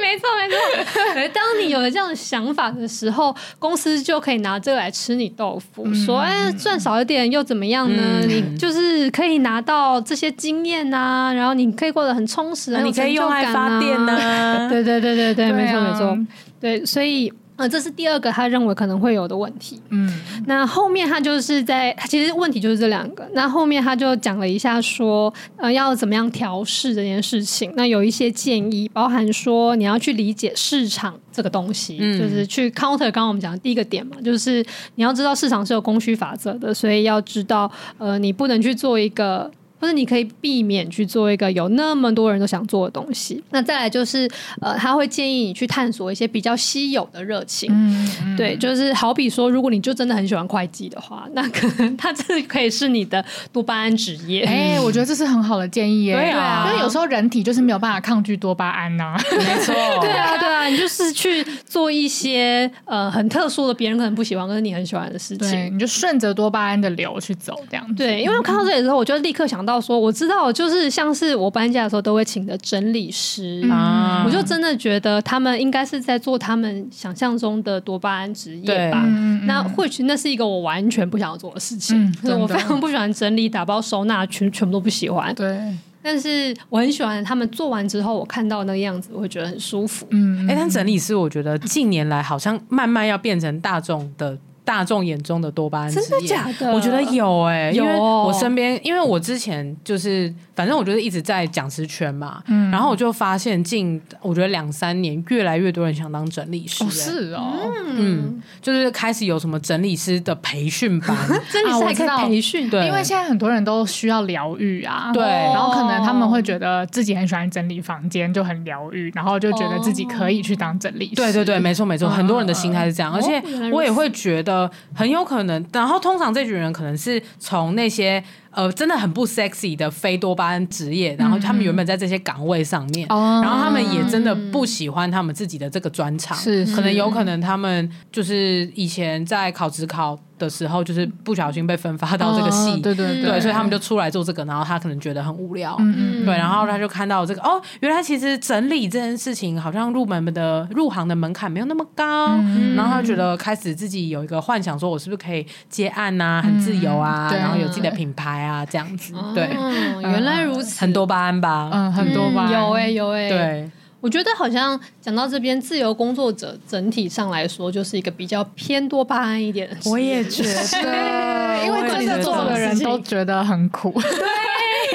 Speaker 4: 没错没错。可是当你有了这样的想法的时候，公司就可以拿这个来吃你豆腐，
Speaker 3: 嗯
Speaker 4: 说哎赚少一点又怎么样呢？
Speaker 2: 嗯
Speaker 4: 你就是可以拿到这些经验呐、然后你可以过得很充实，很有
Speaker 2: 你可以
Speaker 4: 成就
Speaker 2: 用
Speaker 3: 啊
Speaker 4: 感啊
Speaker 2: 爱发电
Speaker 4: 呐、
Speaker 2: 呐、
Speaker 4: 对对对对对，
Speaker 3: 对
Speaker 4: 没错
Speaker 3: 啊
Speaker 4: 没错，对，所以呃，这是第二个他认为可能会有的问题。
Speaker 3: 嗯，
Speaker 4: 那后面他就是在，他其实问题就是这两个。那后面他就讲了一下说，呃，要怎么样调试这件事情。那有一些建议，包含说你要去理解市场这个东西，
Speaker 2: 嗯
Speaker 4: 就是去 counter 刚刚我们讲的第一个点嘛，就是你要知道市场是有供需法则的，所以要知道，呃，你不能去做一个。或者你可以避免去做一个有那么多人都想做的东西。那再来就是，呃，他会建议你去探索一些比较稀有的热情。
Speaker 3: 嗯，
Speaker 4: 对，就是好比说，如果你就真的很喜欢会计的话，那可能它真的可以是你的多巴胺职业。
Speaker 3: 哎、我觉得这是很好的建议耶、
Speaker 2: 对啊
Speaker 3: 因为有时候人体就是没有办法抗拒多巴胺呐、
Speaker 2: 没错，
Speaker 4: 对啊，对 啊，你就是去做一些呃很特殊的，别人可能不喜欢，可是你很喜欢的事
Speaker 3: 对，
Speaker 4: 情。
Speaker 3: 你就顺着多巴胺的流去走，这样子。
Speaker 4: 对，因为我看到这里之后，我就立刻想到说，我知道，就是像是我搬家的时候都会请的整理师，
Speaker 2: 啊
Speaker 4: 我就真的觉得他们应该是在做他们想象中的多巴胺职业
Speaker 2: 对
Speaker 4: 吧。
Speaker 3: 嗯，嗯
Speaker 4: 那或许那是一个我完全不想要做的事情，
Speaker 3: 嗯
Speaker 4: 就是我
Speaker 3: 真的
Speaker 4: 非常不喜欢整理、打包、收纳，全全部都不喜欢。
Speaker 3: 对，哦
Speaker 4: 但是我很喜欢他们做完之后，我看到那个样子，我会觉得很舒服。
Speaker 3: 嗯，
Speaker 2: 哎、但整理师我觉得近年来好像慢慢要变成大众的大众眼中的多巴胺，
Speaker 4: 真的假的？
Speaker 2: 我觉得有哎、因为
Speaker 4: 有哦
Speaker 2: 我身边，因为我之前就是，反正我就是一直在讲师圈嘛，
Speaker 3: 嗯
Speaker 2: 然后我就发现近，我觉得两三年越来越多人想当整理师、
Speaker 3: 哦
Speaker 2: 哎
Speaker 3: 是哦，
Speaker 2: 嗯，就是开始有什么整理师的培训班，
Speaker 4: 真的
Speaker 3: 啊
Speaker 4: 是
Speaker 3: 我
Speaker 4: 还可
Speaker 3: 知
Speaker 4: 以
Speaker 3: 道
Speaker 4: 培训，
Speaker 2: 对，
Speaker 3: 因为现在很多人都需要疗愈啊，
Speaker 2: 对
Speaker 3: 然后可能他
Speaker 2: 哦
Speaker 3: 们会觉得自己很喜欢整理房间，就很疗愈，然后就觉得自己可以去当整理
Speaker 2: 哦
Speaker 3: 师。
Speaker 2: 对对对，没错没错，
Speaker 3: 嗯哦
Speaker 2: 很多人的心态是这样，而且
Speaker 4: 原来如此
Speaker 2: 我也会觉得很有可能。然后通常这群人可能是从那些呃真的很不 sexy 的非多巴胺职业，然后他们原本在这些岗位上面，
Speaker 3: 哦
Speaker 2: 然后他们也真的不喜欢他们自己的这个专长，
Speaker 3: 是
Speaker 2: 可能
Speaker 3: 是
Speaker 2: 有可能他们就是以前在考职考的时候，就是不小心被分发到这个系，
Speaker 3: 嗯对对
Speaker 2: 对，所以他们就出来做这个，然后他可能觉得很无聊，
Speaker 3: 嗯
Speaker 2: 对，然后他就看到这个哦，原来其实整理这件事情好像入门的入行的门槛没有那么高，然后他觉得开始自己有一个幻想，说我是不是可以接案啊，很自由啊，
Speaker 3: 嗯对
Speaker 2: 然后有自己的品牌啊，这样子，对，
Speaker 4: 嗯，原来如此，
Speaker 2: 很多巴胺吧，
Speaker 3: 嗯，很多吧，
Speaker 4: 嗯有哎、有哎、，
Speaker 2: 对，
Speaker 4: 我觉得好像讲到这边，自由工作者整体上来说，就是一个比较偏多巴胺一点的职业。
Speaker 2: 觉
Speaker 3: 对，因为真的做的人都觉得很苦，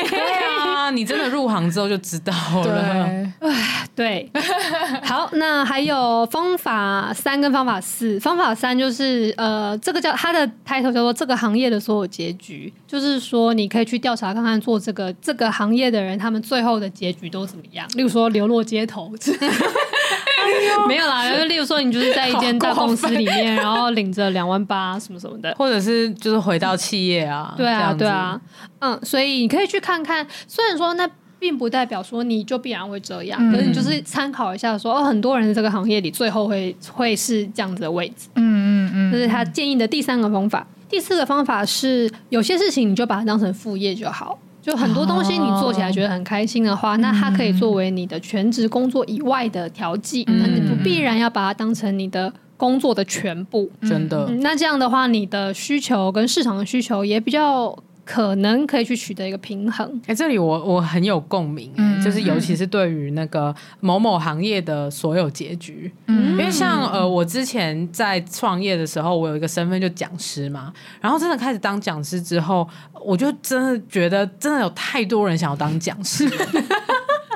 Speaker 2: 对啊，你真的入行之后就知道了，
Speaker 4: 对， 好，那还有方法三跟方法四。方法三就是呃，这个叫它的 title 叫做“这个行业的所有结局”，就是说你可以去调查看看做这个这个行业的人，他们最后的结局都怎么样。 例如说流落街头。 没有啦，就例如说，你就是在一间大公司里面，然后领着两万八什么什么的，
Speaker 2: 或者是就是回到企业啊，
Speaker 4: 对
Speaker 2: 这
Speaker 4: 啊，
Speaker 2: 样子
Speaker 4: 对啊，，嗯，所以你可以去看看，虽然说那并不代表说你就必然会这样，
Speaker 3: 嗯
Speaker 4: 可是你就是参考一下说，哦，很多人在这个行业里最后会会是这样子的位置，
Speaker 3: 嗯嗯嗯，
Speaker 4: 这是他建议的第三个方法。第四个方法是，有些事情你就把它当成副业就好。就很多东西你做起来觉得很开心的
Speaker 2: 哦
Speaker 4: 话，那它可以作为你的全职工作以外的调剂，
Speaker 2: 嗯
Speaker 4: 那、你不必然要把它当成你的工作的全部。
Speaker 2: 真的，
Speaker 4: 嗯，那这样的话，你的需求跟市场的需求也比较可能可以去取得一个平衡。
Speaker 2: 哎、这里我我很有共鸣、哎，
Speaker 3: 嗯
Speaker 2: 就是尤其是对于那个某某行业的所有结局，
Speaker 3: 嗯
Speaker 2: 因为像呃，我之前在创业的时候，我有一个身份就讲师嘛，然后真的开始当讲师之后，我就真的觉得真的有太多人想要当讲师。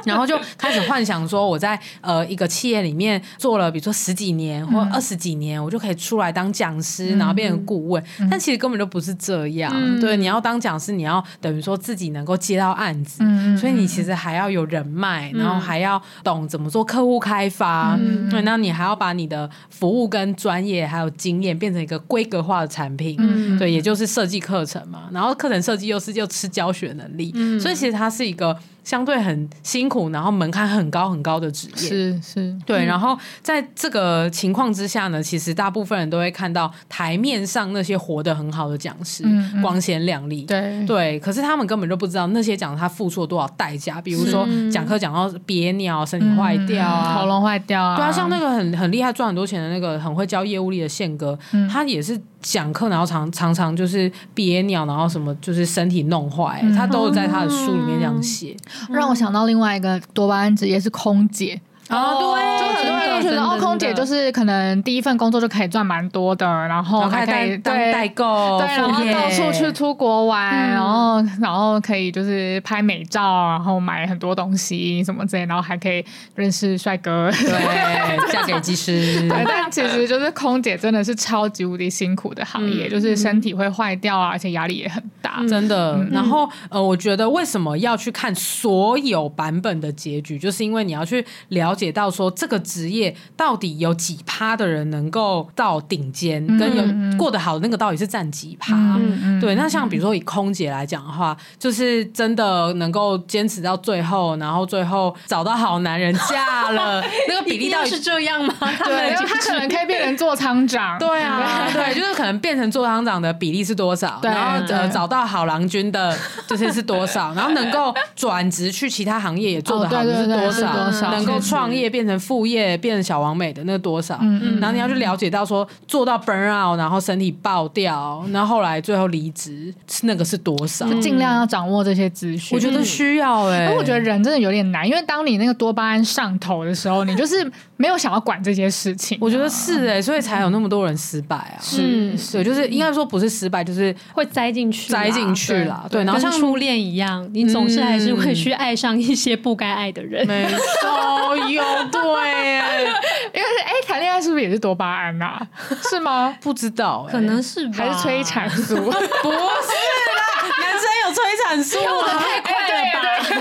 Speaker 2: 然后就开始幻想说，我在呃一个企业里面做了，比如说十几年
Speaker 3: 嗯
Speaker 2: 或二十几年，我就可以出来当讲师，然后变成顾问。
Speaker 3: 嗯
Speaker 2: 但其实根本就不是这样。对，你要当讲师，你要等于说自己能够接到案子，
Speaker 3: 嗯
Speaker 2: 所以你其实还要有人脉，然后还要懂怎么做客户开发。
Speaker 3: 嗯
Speaker 2: 对，那你还要把你的服务跟专业还有经验变成一个规格化的产品。
Speaker 3: 嗯
Speaker 2: 对，也就是设计课程嘛，然后课程设计又是又吃教学能力，
Speaker 3: 嗯
Speaker 2: 所以其实它是一个相对很辛苦，然后门槛很高很高的职业。
Speaker 3: 是嗯是，
Speaker 2: 对，然后在这个情况之下呢，其实大部分人都会看到台面上那些活得很好的讲师，
Speaker 3: 嗯嗯
Speaker 2: 光鲜亮丽。
Speaker 3: 对
Speaker 2: 对，可是他们根本就不知道那些讲师他付出了多少代价，比如说讲课讲到憋尿、身体
Speaker 3: 嗯
Speaker 2: 坏掉啊，
Speaker 3: 喉咙坏掉啊，
Speaker 2: 对啊，像那个很很厉害赚很多钱的那个很会教业务力的宪哥，
Speaker 3: 嗯
Speaker 2: 他也是讲课，然后常常常就是憋尿，然后什么就是身体弄坏，
Speaker 3: 嗯
Speaker 2: 他都有在他的书里面这样写。
Speaker 3: 让我想到另外一个多巴胺职业是空
Speaker 2: 啊
Speaker 3: 姐。哦，对，就很多人都觉
Speaker 5: 真
Speaker 3: 得
Speaker 5: 的
Speaker 3: 哦，空姐
Speaker 5: 真的
Speaker 3: 就是可能第一份工作就可以赚蛮多的，然后
Speaker 2: 然后
Speaker 3: 还
Speaker 2: 还
Speaker 3: 可
Speaker 2: 带
Speaker 3: 以
Speaker 2: 当
Speaker 3: 哦对
Speaker 2: 代购，
Speaker 3: 对，然后
Speaker 2: 副业
Speaker 3: 到处去出国玩，
Speaker 2: 嗯
Speaker 3: 然后然后可以就是拍美照，然后买很多东西什么之类，然后还可以认识帅哥。
Speaker 2: 对，嫁给技师，
Speaker 3: 对，但其实就是空姐真的是超级无敌辛苦的行业，
Speaker 2: 嗯
Speaker 3: 就是身体会坏掉啊，而且压力也很大。
Speaker 2: 真的。
Speaker 3: 嗯
Speaker 2: 然后呃，我觉得为什么要去看所有版本的结局，就是因为你要去了解到说这个职业到底有几趴的人能够到顶尖，跟
Speaker 3: 嗯嗯
Speaker 2: 有过得好的那个到底是占几趴。
Speaker 3: 嗯嗯
Speaker 2: 对，那像比如说以空姐来讲的话，就是真的能够坚持到最后，然后最后找到好男人嫁了， 那个比例到底
Speaker 6: 是这样吗？
Speaker 3: 对，因为他可能可以变成座舱 长。
Speaker 2: 对啊，对，就是可能变成做厂长的比例是多少，
Speaker 3: 对
Speaker 2: 然后呃
Speaker 3: 对
Speaker 2: 找到好郎君 的就是是多少，然后能够转职去其他行业也做得好
Speaker 3: 哦对
Speaker 2: 的
Speaker 3: 对
Speaker 2: 是
Speaker 3: 对
Speaker 2: 多
Speaker 3: 是多少
Speaker 2: 少，能够
Speaker 3: 确实
Speaker 2: 创业变成副业变成小王美的那多少，
Speaker 3: 嗯嗯
Speaker 2: 然后你要去了解到说做到 burn out，然后身体爆掉，然后后来最后离职是那个是多少？
Speaker 3: 就尽量要掌握这些资
Speaker 2: 嗯
Speaker 3: 讯。
Speaker 2: 我觉得需要哎、
Speaker 3: 因嗯为我觉得人真的有点难，因为当你那个多巴胺上头的时候，你就是没有想要管这些事情。啊
Speaker 2: 我觉得是哎、所以才有那么多人失败啊。
Speaker 4: 嗯，
Speaker 2: 对，就是应该说不是失败，就是
Speaker 4: 会栽进去啦，
Speaker 2: 栽进去啦。对，然后
Speaker 4: 跟
Speaker 2: 像
Speaker 4: 初恋一样，你总是还是会去爱上一些不该爱的人。
Speaker 2: 没错，有对耶，
Speaker 3: 因为是哎，谈恋爱是不是也是多巴胺呐、啊？是吗？
Speaker 2: 不知道耶，欸
Speaker 4: 可能是吧，
Speaker 3: 还是催产素？
Speaker 2: 不是啦， 哎男生有催产素啊吗？
Speaker 4: 太快了吧？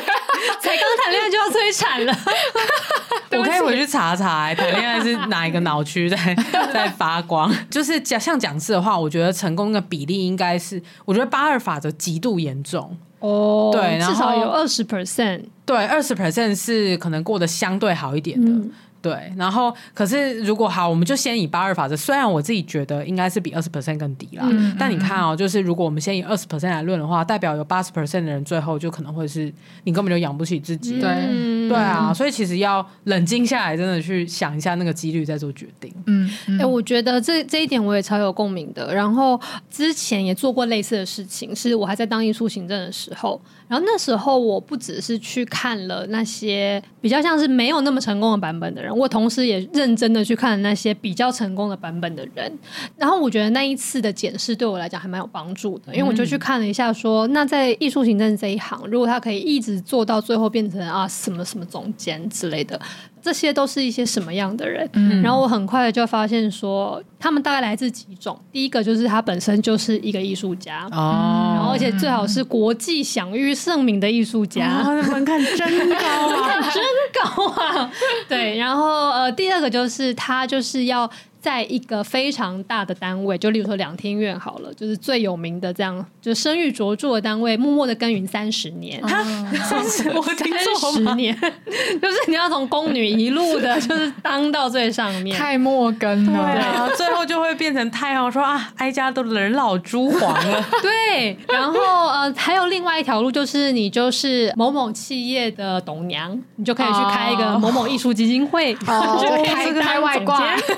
Speaker 4: 才刚谈恋爱就要催产了，
Speaker 2: 我可以回去查查、欸，谈恋爱是哪一个脑区 在在发光？就是讲像讲次的话，我觉得成功的比例应该是，我觉得八二法则极度严重。
Speaker 4: 哦
Speaker 2: 对然后
Speaker 4: 至少有二十 percent，
Speaker 2: 对，二十 percent 是可能过得相对好一点的，
Speaker 4: 嗯，
Speaker 2: 对。然后，可是如果好，我们就先以八二法则。虽然我自己觉得应该是比二十 percent 更低啦，
Speaker 3: 嗯
Speaker 2: 但你看哦，就是如果我们先以二十 percent 来论的话，代表有八十 percent 的人最后就可能会是你根本就养不起自己。
Speaker 3: 对
Speaker 4: 嗯
Speaker 2: 对啊，所以其实要冷静下来，真的去想一下那个几率再做决定。
Speaker 3: 嗯，
Speaker 4: 哎、
Speaker 3: 嗯
Speaker 4: 我觉得这这一点我也超有共鸣的。然后之前也做过类似的事情，是我还在当艺术行政的时候。然后那时候我不只是去看了那些比较像是没有那么成功的版本的人，我同时也认真的去看那些比较成功的版本的人。然后我觉得那一次的检视对我来讲还蛮有帮助的，因为我就去看了一下说，那在艺术行政这一行，如果他可以一直做到最后变成啊什么什么总监之类的，这些都是一些什么样的人？然后我很快就发现说，他们大概来自几种。第一个就是他本身就是一个艺术家，然后
Speaker 2: 哦
Speaker 4: 而且最好是国际享誉盛名的艺术家。
Speaker 2: 啊 门 槛真高啊！
Speaker 4: 高啊。对，然后呃，第二个就是他就是要在一个非常大的单位，就例如说两厅院好了，就是最有名的这样，就声誉卓著的单位，默默的耕耘三十年。
Speaker 2: 我听
Speaker 4: 啊三
Speaker 2: 错
Speaker 4: 十
Speaker 2: 吗？
Speaker 4: 年， 就是你要从宫女一路 的，就是当到最上面。
Speaker 3: 太莫根
Speaker 2: 对
Speaker 3: 了。
Speaker 2: 啊，最后就会变成太后说啊，哀家都人老珠黄了。
Speaker 4: 对，然后呃，还有另外一条路，就是你就是某某企业的董娘，你就可以去开一个某某艺术基金会，
Speaker 3: 哦
Speaker 4: 就可以
Speaker 3: 开
Speaker 4: 当
Speaker 3: 开外
Speaker 4: 总
Speaker 3: 挂
Speaker 4: 监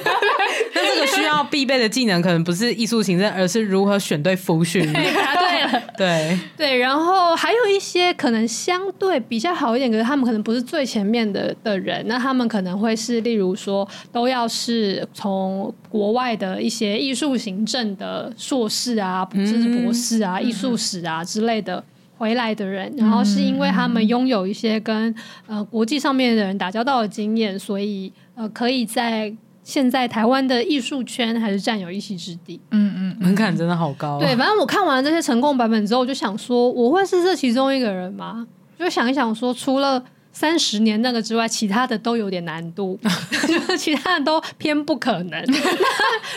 Speaker 2: 那这个需要必备的技能，可能不是艺术行政，而是如何选对服训。
Speaker 4: 对，答对了。
Speaker 2: 对，
Speaker 4: 对，然后还有一些可能相对比较好一点，可是他们可能不是最前面的的人，那他们可能会是，例如说，都要是从国外的一些艺术行政的硕士啊，甚至博士啊、艺术史啊之类的。回来的人，然后是因为他们拥有一些跟呃国际上面的人打交道的经验，所以呃可以在现在台湾的艺术圈还是占有一席之地。
Speaker 3: 嗯嗯
Speaker 2: 门槛真的好
Speaker 7: 啊
Speaker 2: 高、
Speaker 4: 对，，反正我看完了这些成功版本之后，我就想说，我会是这其中一个人吗？就想一想说，除了三十年那个之外，其他的都有点 难度，就是其他的都偏不可能。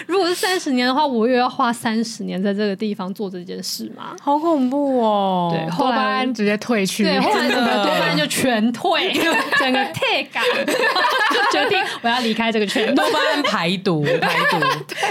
Speaker 4: 如果是三十年的话，我又要花三十年在这个地方做这件事吗？
Speaker 2: 好恐怖哦。
Speaker 4: 对，
Speaker 3: 多
Speaker 4: 后
Speaker 3: 巴
Speaker 4: 来
Speaker 3: 胺。直接退去。
Speaker 4: 对，后来整
Speaker 2: 嗯真
Speaker 4: 个
Speaker 2: 的
Speaker 4: 多巴胺就 全退，整个退感，就决定我要离开这个圈，
Speaker 2: 多巴胺排 毒，排毒，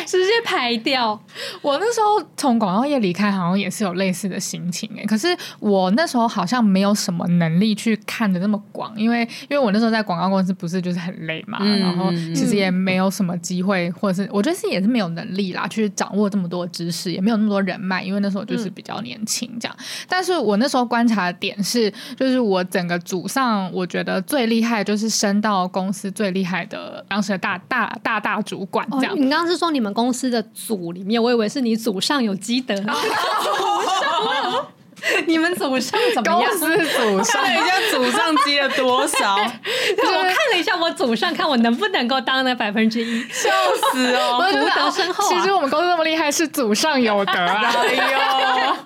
Speaker 4: 直接排掉。
Speaker 3: 我那时候从广告业离开，好像欸也是有类似的心情哎、可是我那时候好像没有什么能力去看的那么广，因为因为我那时候在广告公司不是就是很累嘛，
Speaker 7: 嗯
Speaker 3: 然后
Speaker 7: 嗯
Speaker 3: 其实也没有什么机会，或者是我觉得是也是没有能力啦，去掌握这么多知识，也没有那么多人脉，因为那时候就是比较年轻这样。但是我那时候观察的点是，就是我整个组上，我觉得最厉害就是升到公司最厉害的当时的大大大大主管
Speaker 4: 哦
Speaker 3: 这样，。
Speaker 4: 你刚刚是说你们公司的组里面，我以为是你组上有积德，哦 你们组上怎么
Speaker 3: 公
Speaker 4: 样？
Speaker 3: 司组上
Speaker 7: 看人家祖上积了多少，
Speaker 4: 对我看了一下我组上，看我能不能够当那百分之一。
Speaker 7: 笑死哦！
Speaker 3: 我就觉得
Speaker 4: 福德
Speaker 3: 哦
Speaker 4: 深厚啊
Speaker 3: 其实我们公司那么厉害，是祖上有德 啊。
Speaker 7: 哎呦，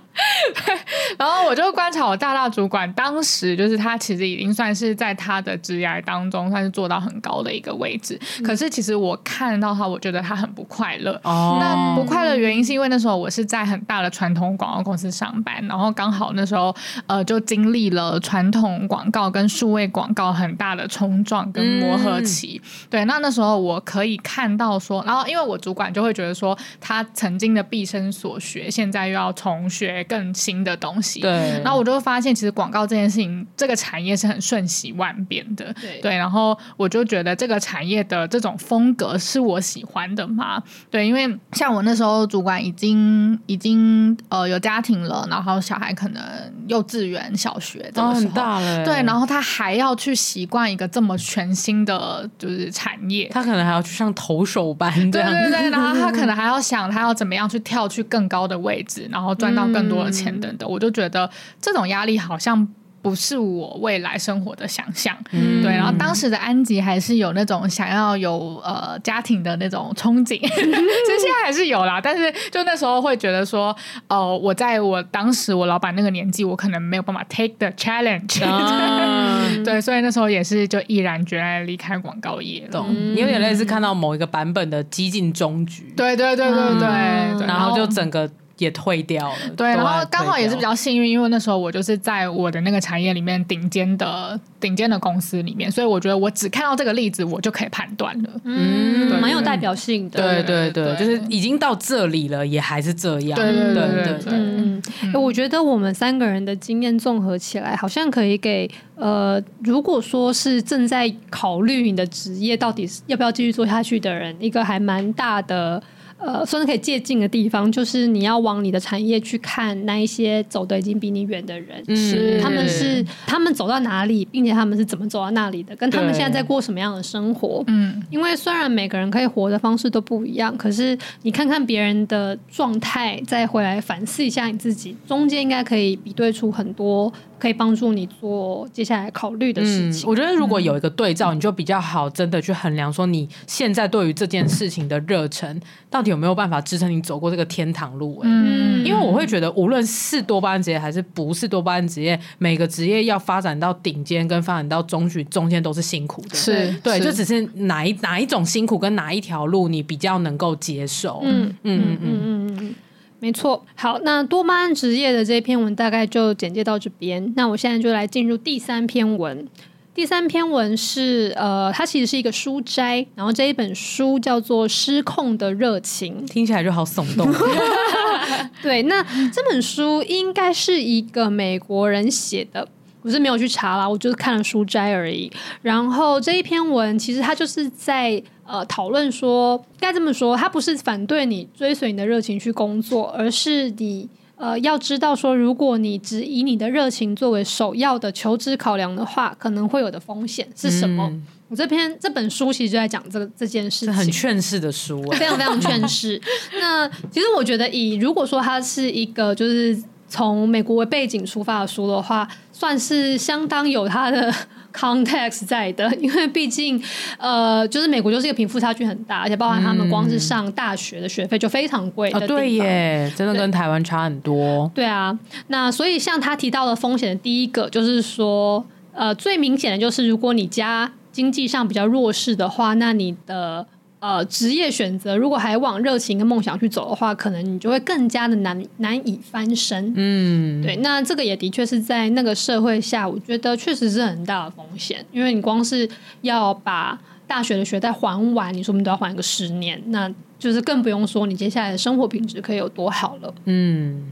Speaker 3: 然后我就观察我大大主管，当时就是他其实已经算是在他的职涯当中算是做到很高的一个位置，
Speaker 4: 嗯
Speaker 3: 可是其实我看到他，我觉得他很不快乐。
Speaker 7: 哦
Speaker 3: 那不快乐的原因是因为那时候我是在很大的传统广告公司上班，然后刚好那时候呃就经历了传统广告跟数位广告很大的冲撞跟磨合期。嗯对，那那时候我可以看到说，然后因为我主管就会觉得说，他曾经的毕生所学，现在又要重学更新的东西。
Speaker 7: 对，
Speaker 3: 然后我就发现，其实广告这件事情，这个产业是很瞬息万变的。
Speaker 4: 对
Speaker 3: 然后我就觉得这个产业的这种风格是我喜欢的嘛？对，因为像我那时候主管已经已经呃有家庭了，然后小孩可能幼稚园、小学这
Speaker 7: 哦
Speaker 3: 个时
Speaker 7: 很
Speaker 3: 候。
Speaker 7: 大了欸，
Speaker 3: 对，然后他还要去习惯一个这么全新的就是产业，
Speaker 7: 他可能还要去上投手班这
Speaker 3: 对啊
Speaker 7: 样
Speaker 3: 对
Speaker 7: 子，
Speaker 3: 对，然后他可能还要想他要怎么样去跳去更高的位置，然后赚到更多的钱等等。我就觉得这种压力好像不是我未来生活的想象。
Speaker 7: 嗯
Speaker 3: 对，然后当时的安吉还是有那种想要有呃家庭的那种憧 憬，其实现在还是有啦，但是就那时候会觉得说，哦，我在我当时我老板那个年纪，我可能没有办法 take the challenge，、
Speaker 7: 啊
Speaker 3: 对，所以那时候也是就毅然决然地离开广告业了。
Speaker 7: 懂，你有点类似看到某一个版本的激进终局，
Speaker 3: 嗯对对对对对，对
Speaker 7: 嗯然后就整个也退掉了，
Speaker 3: 对，然
Speaker 7: 都要
Speaker 3: 后
Speaker 7: 退
Speaker 3: 刚好也是
Speaker 7: 掉
Speaker 3: 比较幸运，因为那时候我就是在我的那个产业里面顶尖的顶尖的公司里面，所以我觉得我只看到这个例子，我就可以判断了。
Speaker 7: 嗯
Speaker 3: 对
Speaker 4: 蛮有代表性的。
Speaker 7: 对
Speaker 3: 对
Speaker 7: 对对，
Speaker 3: 对
Speaker 7: 就是已经到这里了，也还是这样，
Speaker 3: 对对
Speaker 7: 对
Speaker 3: 对
Speaker 7: 对
Speaker 4: 嗯，嗯，我觉得我们三个人的经验综合起来，好像可以给呃，如果说是正在考虑你的职业到底是要不要继续做下去的人，一个还蛮大的。呃，算是可以借鉴的地方，就是你要往你的产业去看那一些走的已经比你远的人，
Speaker 7: 嗯是
Speaker 4: 他们是他们走到哪里，并且他们是怎么走到那里的，跟他们
Speaker 7: 对
Speaker 4: 现在在过什么样的生活，
Speaker 3: 嗯
Speaker 4: 因为虽然每个人可以活的方式都不一样，可是你看看别人的状态，再回来反思一下你自己，中间应该可以比对出很多可以帮助你做接下来考虑的事
Speaker 7: 嗯
Speaker 4: 情。
Speaker 7: 我觉得如果有一个对照，你就比较好，真的去衡量说你现在对于这件事情的热忱，到底有没有办法支撑你走过这个天堂路、欸？
Speaker 3: 嗯
Speaker 7: 因为我会觉得，无论是多巴胺职业还是不是多巴胺职业，每个职业要发展到顶尖跟发展到中旬，中间都是辛苦的。
Speaker 3: 是
Speaker 7: 对，
Speaker 3: 是
Speaker 7: 就只是哪一哪一种辛苦跟哪一条路你比较能够接受。嗯
Speaker 4: 嗯
Speaker 7: 嗯
Speaker 4: 嗯
Speaker 7: 嗯
Speaker 4: 嗯嗯，没错。好，那多巴胺职业的这篇文大概就简介到这边。那我现在就来进入第三篇文。第三篇文是呃，它其实是一个书摘，然后这一本书叫做《失控的热情》。
Speaker 7: 听起来就好耸动。
Speaker 4: 对，那这本书应该是一个美国人写的，我是没有去查啦，我就是看了书摘而已。然后这一篇文其实它就是在呃讨论说，该这么说，它不是反对你追随你的热情去工作，而是你。呃，要知道说，如果你只以你的热情作为首要的求职考量的话，可能会有的风险是什么？
Speaker 7: 嗯
Speaker 4: 我这篇这本书其实就在讲这个这件事
Speaker 7: 是
Speaker 4: 情，
Speaker 7: 很劝世的书、欸，
Speaker 4: 非常非 常劝世。那其实我觉得以，如果说它是一个就是从美国为背景出发的书的话，算是相当有它的 context 在的，因为毕竟呃，就是美国就是一个贫富差距很大，而且包含他们光是上大学的学费就非常贵的、
Speaker 7: 啊，嗯对。耶，真的
Speaker 4: 哦对
Speaker 7: 跟台湾差很多。
Speaker 4: 对啊，那所以像他提到的风险的第一个就是说，呃，最明显的就是如果你家经济上比较弱势的话，那你的呃职业选择如果还往热情跟梦想去走的话，可能你就会更加的难难以翻身。
Speaker 7: 嗯，
Speaker 4: 对，那这个也的确是在那个社会下，我觉得确实是很大的风险，因为你光是要把大学的学贷还完，你说我们都要还个十年，那就是更不用说你接下来的生活品质可以有多好了。
Speaker 7: 嗯，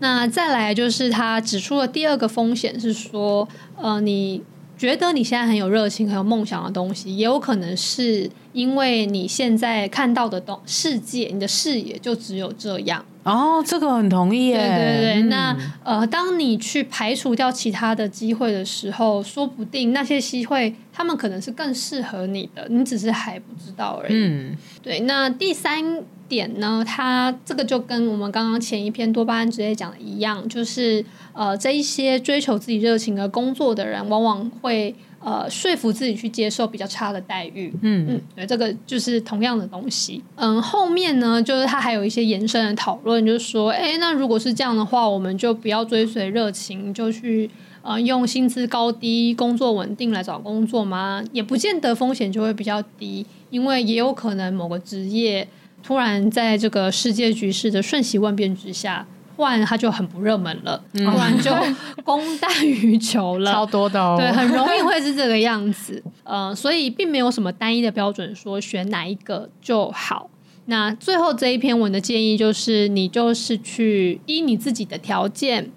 Speaker 4: 那再来就是他指出了第二个风险是说，呃，你觉得你现在很有热情、很有梦想的东西，也有可能是因为你现在看到的东世界，你的视野就只有这样。
Speaker 2: 哦，这个很同意耶。
Speaker 4: 对对对，
Speaker 2: 嗯
Speaker 4: 那呃，当你去排除掉其他的机会的时候，说不定那些机会他们可能是更适合你的，你只是还不知道而已。
Speaker 2: 嗯
Speaker 4: 对，那第三点呢，它这个就跟我们刚刚前一篇多巴胺之类讲的一样，就是呃，这一些追求自己热情的工作的人，往往会呃说服自己去接受比较差的待遇。
Speaker 2: 嗯
Speaker 4: 嗯，对，这个就是同样的东西。嗯，后面呢，就是它还有一些延伸的讨论，就是说，哎，那如果是这样的话，我们就不要追随热情，就去呃用薪资高低、工作稳定来找工作吗？也不见得风险就会比较低，因为也有可能某个职业突然在这个世界局势的瞬息万变之下。忽然它就很不热门了，忽然就供大于求了，
Speaker 3: 超多的哦。
Speaker 4: 对，很容易会是这个样子。呃，所以并没有什么单一的标准，说选哪一个就好。那最后这一篇文的建议就是，你就是去依你自己的条件，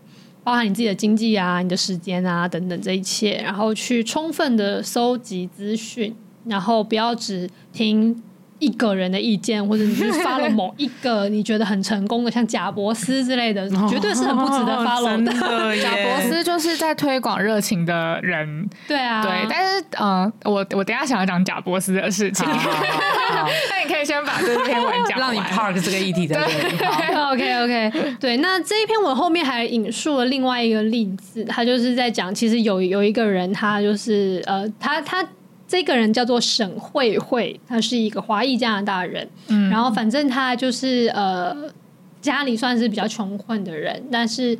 Speaker 4: 包含你自己的经济啊、你的时间啊等等这一切，然后去充分的搜集资讯，然后不要只听。一个人的意见，或者你就是发了某一个你觉得很成功的，像贾伯斯之类的，
Speaker 2: 嗯
Speaker 4: 绝对是很不值 得 follow 哦的。
Speaker 2: 哦的耶
Speaker 3: 贾博斯就是在推广热情的人，
Speaker 4: 对啊，
Speaker 3: 对。但是，呃，我我等一下想要讲贾博斯的事情， 那你可以先把这篇文 讲
Speaker 2: 让你
Speaker 3: 完。
Speaker 2: park 这个议题在这里。好
Speaker 4: OK OK，对，那这一篇文后面还引述了另外一个例子，他就是在讲，其实有有一个人，他就是呃，他他这个人叫做沈慧慧，他是一个华裔加拿大人，
Speaker 3: 嗯
Speaker 4: 然后反正他就是呃，家里算是比较穷困的人，但是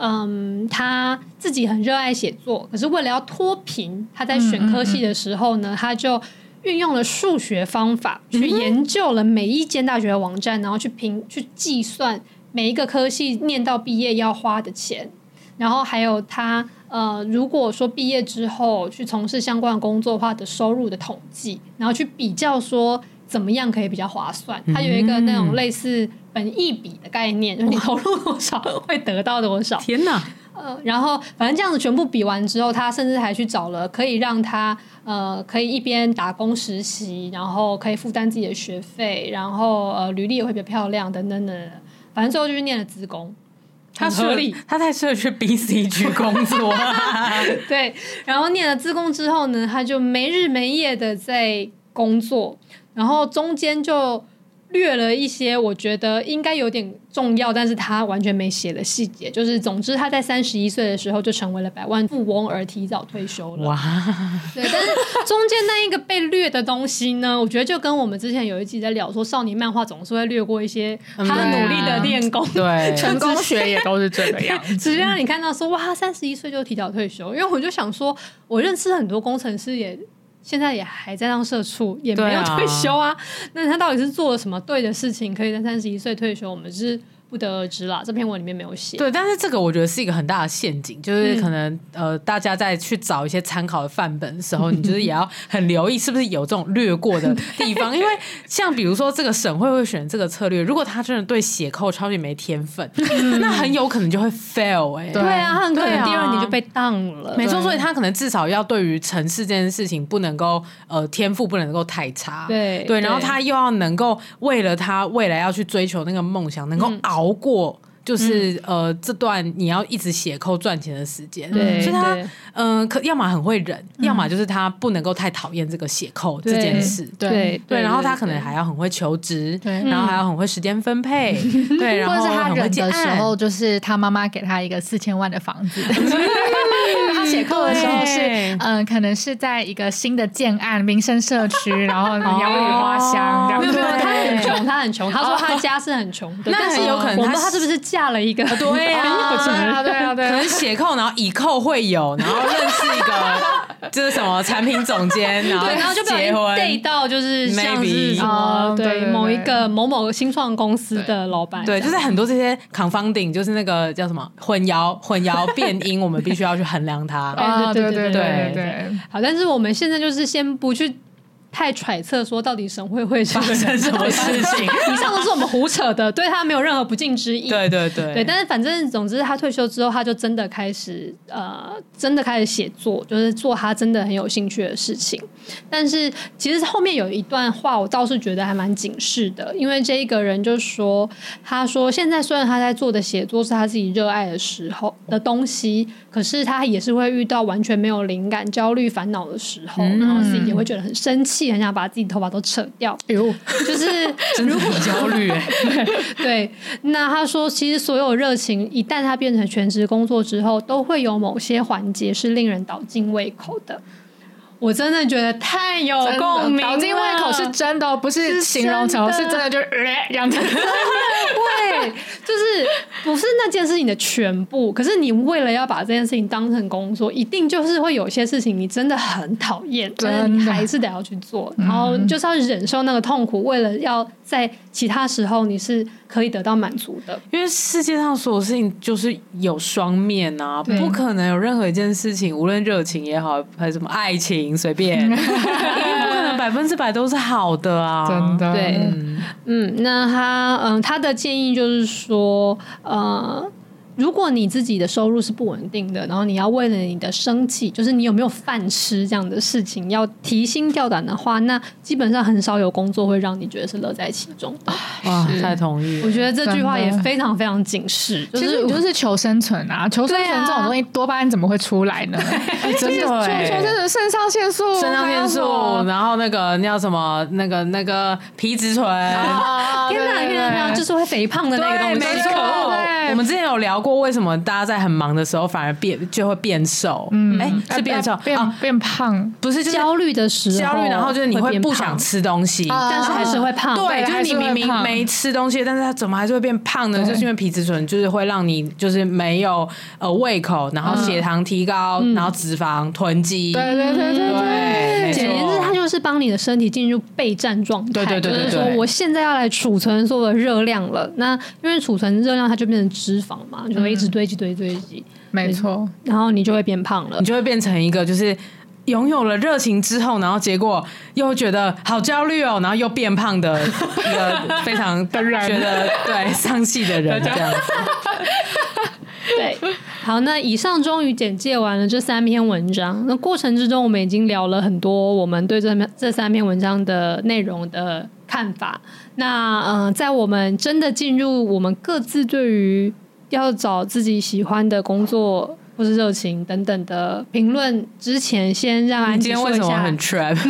Speaker 4: 嗯，他自己很热爱写作，可是为了要脱贫，他在选科系的时候呢，他就运用了数学方法去研究了每一间大学的网站，然后去评去计算每一个科系念到毕业要花的钱，然后还有他呃，如果说毕业之后去从事相关的工作的话的收入的统计，然后去比较说怎么样可以比较划算。它有一个那种类似本益比的概念，就是你投入多少 会得到多少。
Speaker 2: 天哪！
Speaker 4: 呃，然后反正这样子全部比完之后，他甚至还去找了可以让他呃可以一边打工实习，然后可以负担自己的学费，然后呃履历也会比较漂亮等等等等。反正最后就是念了职工，
Speaker 2: 他
Speaker 4: 很合理
Speaker 2: 适合他太适合去 B C 去工作。
Speaker 4: 对，然后念了自工之后呢，他就没日没夜的在工作，然后中间就略了一些我觉得应该有点重要，但是他完全没写的细节。就是总之他在三十一岁的时候就成为了百万富翁，而提早退休了。
Speaker 2: 哇，
Speaker 4: 对，但是中间那一个被略的东西呢，我觉得就跟我们之前有一集在聊说少年漫画总是会略过一些他努力的练功。
Speaker 2: 对，
Speaker 3: 成功学也都是这个样子。
Speaker 4: 直接让你看到说哇，三十一岁就提早退休，因为我就想说，我认识很多工程师也现在也还在当社畜，也没
Speaker 2: 对
Speaker 4: 有
Speaker 2: 啊
Speaker 4: 退休啊。那他到底是做了什么对的事情，可以在三十一岁退休？我们是不得而知啦。这篇文里面没有写。
Speaker 2: 对，但是这个我觉得是一个很大的陷阱，就是
Speaker 4: 嗯
Speaker 2: 可能、呃，大家在去找一些参考的范本的时候，你就是也要很留意是不是有这种略过的地方，因为像比如说这个省会会选这个策略，如果他真的对写扣超级没天 分，那很有可能就会 fail 哎、
Speaker 4: 对啊，他很可
Speaker 2: 对
Speaker 4: 能
Speaker 2: 啊
Speaker 4: 第二年就被当了。
Speaker 2: 没错，所以他可能至少要对于城市这件事情不能够呃天赋不能够太差，
Speaker 4: 对
Speaker 2: 对，然后
Speaker 4: 对
Speaker 2: 他又要能够为了他未来要去追求那个梦想，能够熬过。就是呃，这段你要一直写扣赚钱的时间，
Speaker 4: 对
Speaker 2: 所以他
Speaker 4: 对
Speaker 2: 嗯、呃可要么很会忍，要么就是他不能够太讨厌这个写扣这件事，
Speaker 3: 对
Speaker 4: 对
Speaker 2: 对，然后他可能还要很会求职，
Speaker 3: 对
Speaker 2: 然后还要很会时间分配，对，然
Speaker 5: 或者
Speaker 2: 后
Speaker 5: 是他
Speaker 2: 很会
Speaker 5: 忍
Speaker 2: 接
Speaker 5: 的时
Speaker 2: 案
Speaker 5: 候，就是他妈妈给他一个四千万的房 子。他写扣的时候是，
Speaker 2: 对
Speaker 5: 嗯、可能是在一个新的建案、民生社区，然 后鸟语花香这样
Speaker 3: 哦
Speaker 4: 没有
Speaker 5: 子。
Speaker 4: 没有，
Speaker 5: 对
Speaker 4: 他很穷，他很穷。他说他家是很穷的，
Speaker 2: 哦那
Speaker 4: 但是
Speaker 2: 很有可能
Speaker 4: 我不知
Speaker 2: 他
Speaker 4: 道他是不是嫁了一个
Speaker 2: 对啊
Speaker 4: 很有钱人，
Speaker 3: 对啊，对
Speaker 2: 可
Speaker 3: 啊，
Speaker 2: 能写扣，然后以扣会友，然后认识一个就是什么产品总监，然后
Speaker 4: 对，然后就被
Speaker 2: 啊结婚。
Speaker 4: 对到就是像是
Speaker 2: Maybe
Speaker 4: 什么
Speaker 3: 哦对
Speaker 4: 对
Speaker 3: 对
Speaker 4: 某一
Speaker 3: 对
Speaker 4: 个某某新创公司的老板，
Speaker 2: 对，就是很多这些 confounding，就是那个叫什么混淆、混淆变音，我们必 须要去衡量它。
Speaker 4: 啊
Speaker 3: 啊，
Speaker 4: 对
Speaker 3: 对对
Speaker 4: 对
Speaker 2: 对
Speaker 3: 对，
Speaker 4: 好，但是我们现在就是先不去太揣测说到底神会会是
Speaker 2: 发生什么事情？
Speaker 4: 以上都是我们胡扯的，对他没有任何不敬之意。
Speaker 2: 对对对，
Speaker 4: 对，但是反正总之，他退休之后，他就真的开始呃，真的开始写作，就是做他真的很有兴趣的事情。但是其实后面有一段话，我倒是觉得还蛮警示的，因为这一个人就说，他说现在虽然他在做的写作是他自己热爱的时候的东西，可是他也是会遇到完全没有灵感、焦虑、烦恼的时候，然后自己也会觉得很生气，很想把自己头发都扯掉，
Speaker 3: 哎呦，
Speaker 4: 就是。
Speaker 2: 真的很焦 虑哎、
Speaker 4: 对，那他说，其实所有热情一旦它变成全职工作之后，都会有某些环节是令人倒尽胃口的。我真的觉得太有
Speaker 3: 真的
Speaker 4: 共鸣了，
Speaker 3: 倒进胃口是真的哦，不啊是形容词哦，是
Speaker 4: 真
Speaker 3: 真的
Speaker 4: 的
Speaker 3: 就是 呃这样子。
Speaker 4: 对，就是不是那件事情的全部。可是你为了要把这件事情当成工作，一定就是会有些事情你真的很讨厌，
Speaker 3: 真
Speaker 4: 但
Speaker 3: 的嗯
Speaker 4: 是你还是得要去做，然后就是要忍受那个痛苦，为了要在其他时候你是可以得到满足的。
Speaker 2: 因为世界上所有事情就是有双面啊，
Speaker 3: 对
Speaker 2: 不可能有任何一件事情，无论热情也好，还是什么爱情，随 便，因为不可能百分之百都是好的啊，
Speaker 3: 真的，
Speaker 4: 对嗯，那他嗯，他的建议就是说，呃，如果你自己的收入是不稳定的，然后你要为了你的生计，就是你有没有饭吃这样的事情，要提心吊胆的话，那基本上很少有工作会让你觉得是乐在其中的。
Speaker 2: 哇，太同意了
Speaker 4: 我。觉得这句话也
Speaker 3: 真的
Speaker 4: 非常非常警示，就
Speaker 3: 其实
Speaker 4: 是
Speaker 3: 你就是求生存啊，求生存这种东西，多巴胺怎么会出来呢？
Speaker 2: 哎真的 哎、
Speaker 3: 求生存，肾上腺素，
Speaker 2: 肾上腺素
Speaker 3: 还有什，么
Speaker 2: 然后那个那叫什么，那个那个皮质 醇，
Speaker 3: 啊
Speaker 4: 哦天哪，
Speaker 3: 对
Speaker 4: 天哪，天哪，
Speaker 3: 对
Speaker 4: 就是会肥胖的那个东西，
Speaker 2: 没
Speaker 3: 错
Speaker 2: 错
Speaker 3: 对。
Speaker 2: 我们之前有聊过，为什么大家在很忙的时候反而变就会变瘦？嗯，哎，是变瘦
Speaker 3: 变
Speaker 2: 啊，
Speaker 3: 变胖，
Speaker 2: 不是就是
Speaker 4: 焦虑的时候，
Speaker 2: 焦虑，然后就是你会
Speaker 4: 变
Speaker 2: 不
Speaker 4: 胖
Speaker 2: 想，吃东西，
Speaker 4: 但是还是会胖。
Speaker 2: 对，就是
Speaker 3: 还
Speaker 2: 你
Speaker 3: 是会
Speaker 2: 明明
Speaker 3: 胖
Speaker 2: 没吃东西，但是它怎么还是会变胖呢？
Speaker 3: 对
Speaker 2: 就是因为皮质醇就是会让你就是没有呃胃口，然后血糖提高，然后脂肪囤积，
Speaker 3: 对对对对
Speaker 2: 对，没
Speaker 4: 简言之，
Speaker 2: 错
Speaker 4: 它就是帮你的身体进入备战状态。
Speaker 2: 对对对对
Speaker 4: 就是
Speaker 2: 对
Speaker 4: 说我现在要来储存所有的热量了。那因为储存热量，它就变成脂肪嘛，就
Speaker 2: 嗯
Speaker 4: 会一直堆积、堆积、堆积，
Speaker 3: 没错，
Speaker 4: 然后你就会变胖了
Speaker 2: 你。就会变成一个就是。拥有了热情之后，然后结果又觉得好焦虑哦，然后又变胖的 一个非常觉
Speaker 3: 人
Speaker 2: 得对丧气的人这样子。
Speaker 4: 对， 好，那以上终于简介完了这三篇文章。那过程之中，我们已经聊了很多我们对这这三篇文章的内容的看法。那呃，在我们真的进入我们各自对于要找自己喜欢的工作或是热情等等的评论之前，先让安
Speaker 2: 你
Speaker 4: 吉
Speaker 2: 今天
Speaker 4: 说
Speaker 2: 为
Speaker 4: 一
Speaker 2: 什么
Speaker 4: 下，
Speaker 2: 很 trap？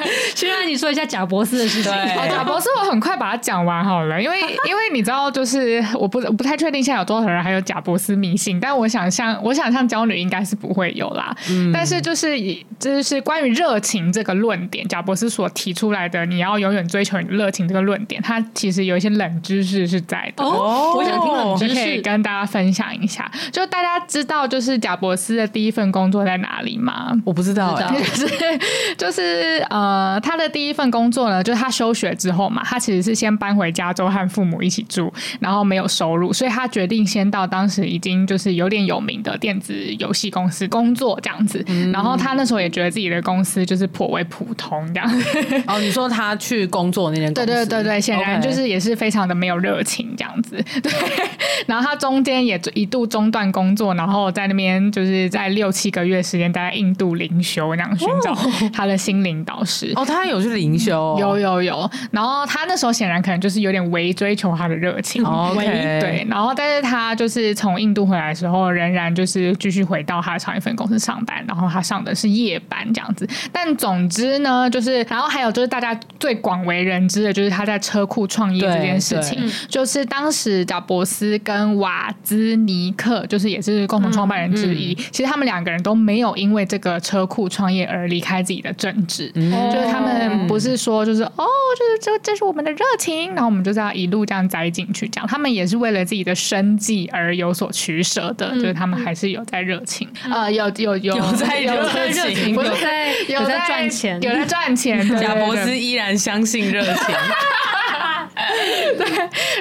Speaker 4: 先让你说一下贾博士的事 情。
Speaker 3: 哦，
Speaker 2: 对
Speaker 3: 贾博士，我很快把它讲完好了，因为 因为你知道，就是我不我不太确定现在有多少人还有贾博士迷信，但我想象我想象娇女应该是不会有啦。但是就是以就是关于热情这个论点，贾博士所提出来的你要永远追求你的热情这个论点，它其实有一些冷知识是在的。
Speaker 4: 哦，我想听冷
Speaker 3: 就
Speaker 4: 知
Speaker 3: 可以
Speaker 4: 识。
Speaker 3: 跟大家分享一下，就大家知道就是贾博士的第一份工作在哪里吗？
Speaker 2: 我不知道
Speaker 4: 知
Speaker 2: 哎、
Speaker 4: 道
Speaker 3: 就是就是呃，他的第一份工作呢，就是他休学之后嘛，他其实是先搬回加州和父母一起住，然后没有收入，所以他决定先到当时已经就是有点有名的电子游戏公司工作这样子。然后他那时候也觉得自己的公司就是颇为普通这样子。
Speaker 2: 哦，你说他去工作那间公
Speaker 3: 对
Speaker 2: 司，
Speaker 3: 对对对，显然
Speaker 2: OK
Speaker 3: 就是也是非常的没有热情这样子。对， 然后他中间也一度中断工作，然后在那边就是在六七个月时间待在印度灵修，那样寻找他的心灵导师。
Speaker 2: 哦，他有去灵修、哦，
Speaker 3: 有有有，然后他那时候显然可能就是有点微追求他的热情，
Speaker 2: 哦，OK
Speaker 3: 对，然后但是他就是从印度回来的时候，仍然就是继续回到他的上一份公司上班，然后他上的是夜班这样子。但总之呢，就是然后还有就是大家最广为人知的就是他在车库创业
Speaker 2: 对
Speaker 3: 这件事情
Speaker 2: 对，
Speaker 3: 就是当时贾伯斯跟瓦兹尼克，就是也是共同创办人之
Speaker 2: 嗯
Speaker 3: 一，其实他们两个人都没有因为这个车库创业而离开自己的政治，
Speaker 2: 嗯哦
Speaker 3: 就是他们不
Speaker 4: 嗯
Speaker 3: 是说就是哦，就是这这是我们的热情，然后我们就是要一路这样栽进去，这样他们也是为了自己的生计而有所取舍
Speaker 4: 嗯
Speaker 3: 的，就是他们还是有在热情，呃，有有有
Speaker 2: 有在热情
Speaker 3: 不是
Speaker 4: 有在有在赚钱
Speaker 3: 有在赚钱，对
Speaker 2: 贾
Speaker 3: 对
Speaker 2: 博
Speaker 3: 对
Speaker 2: 斯依然相信热情，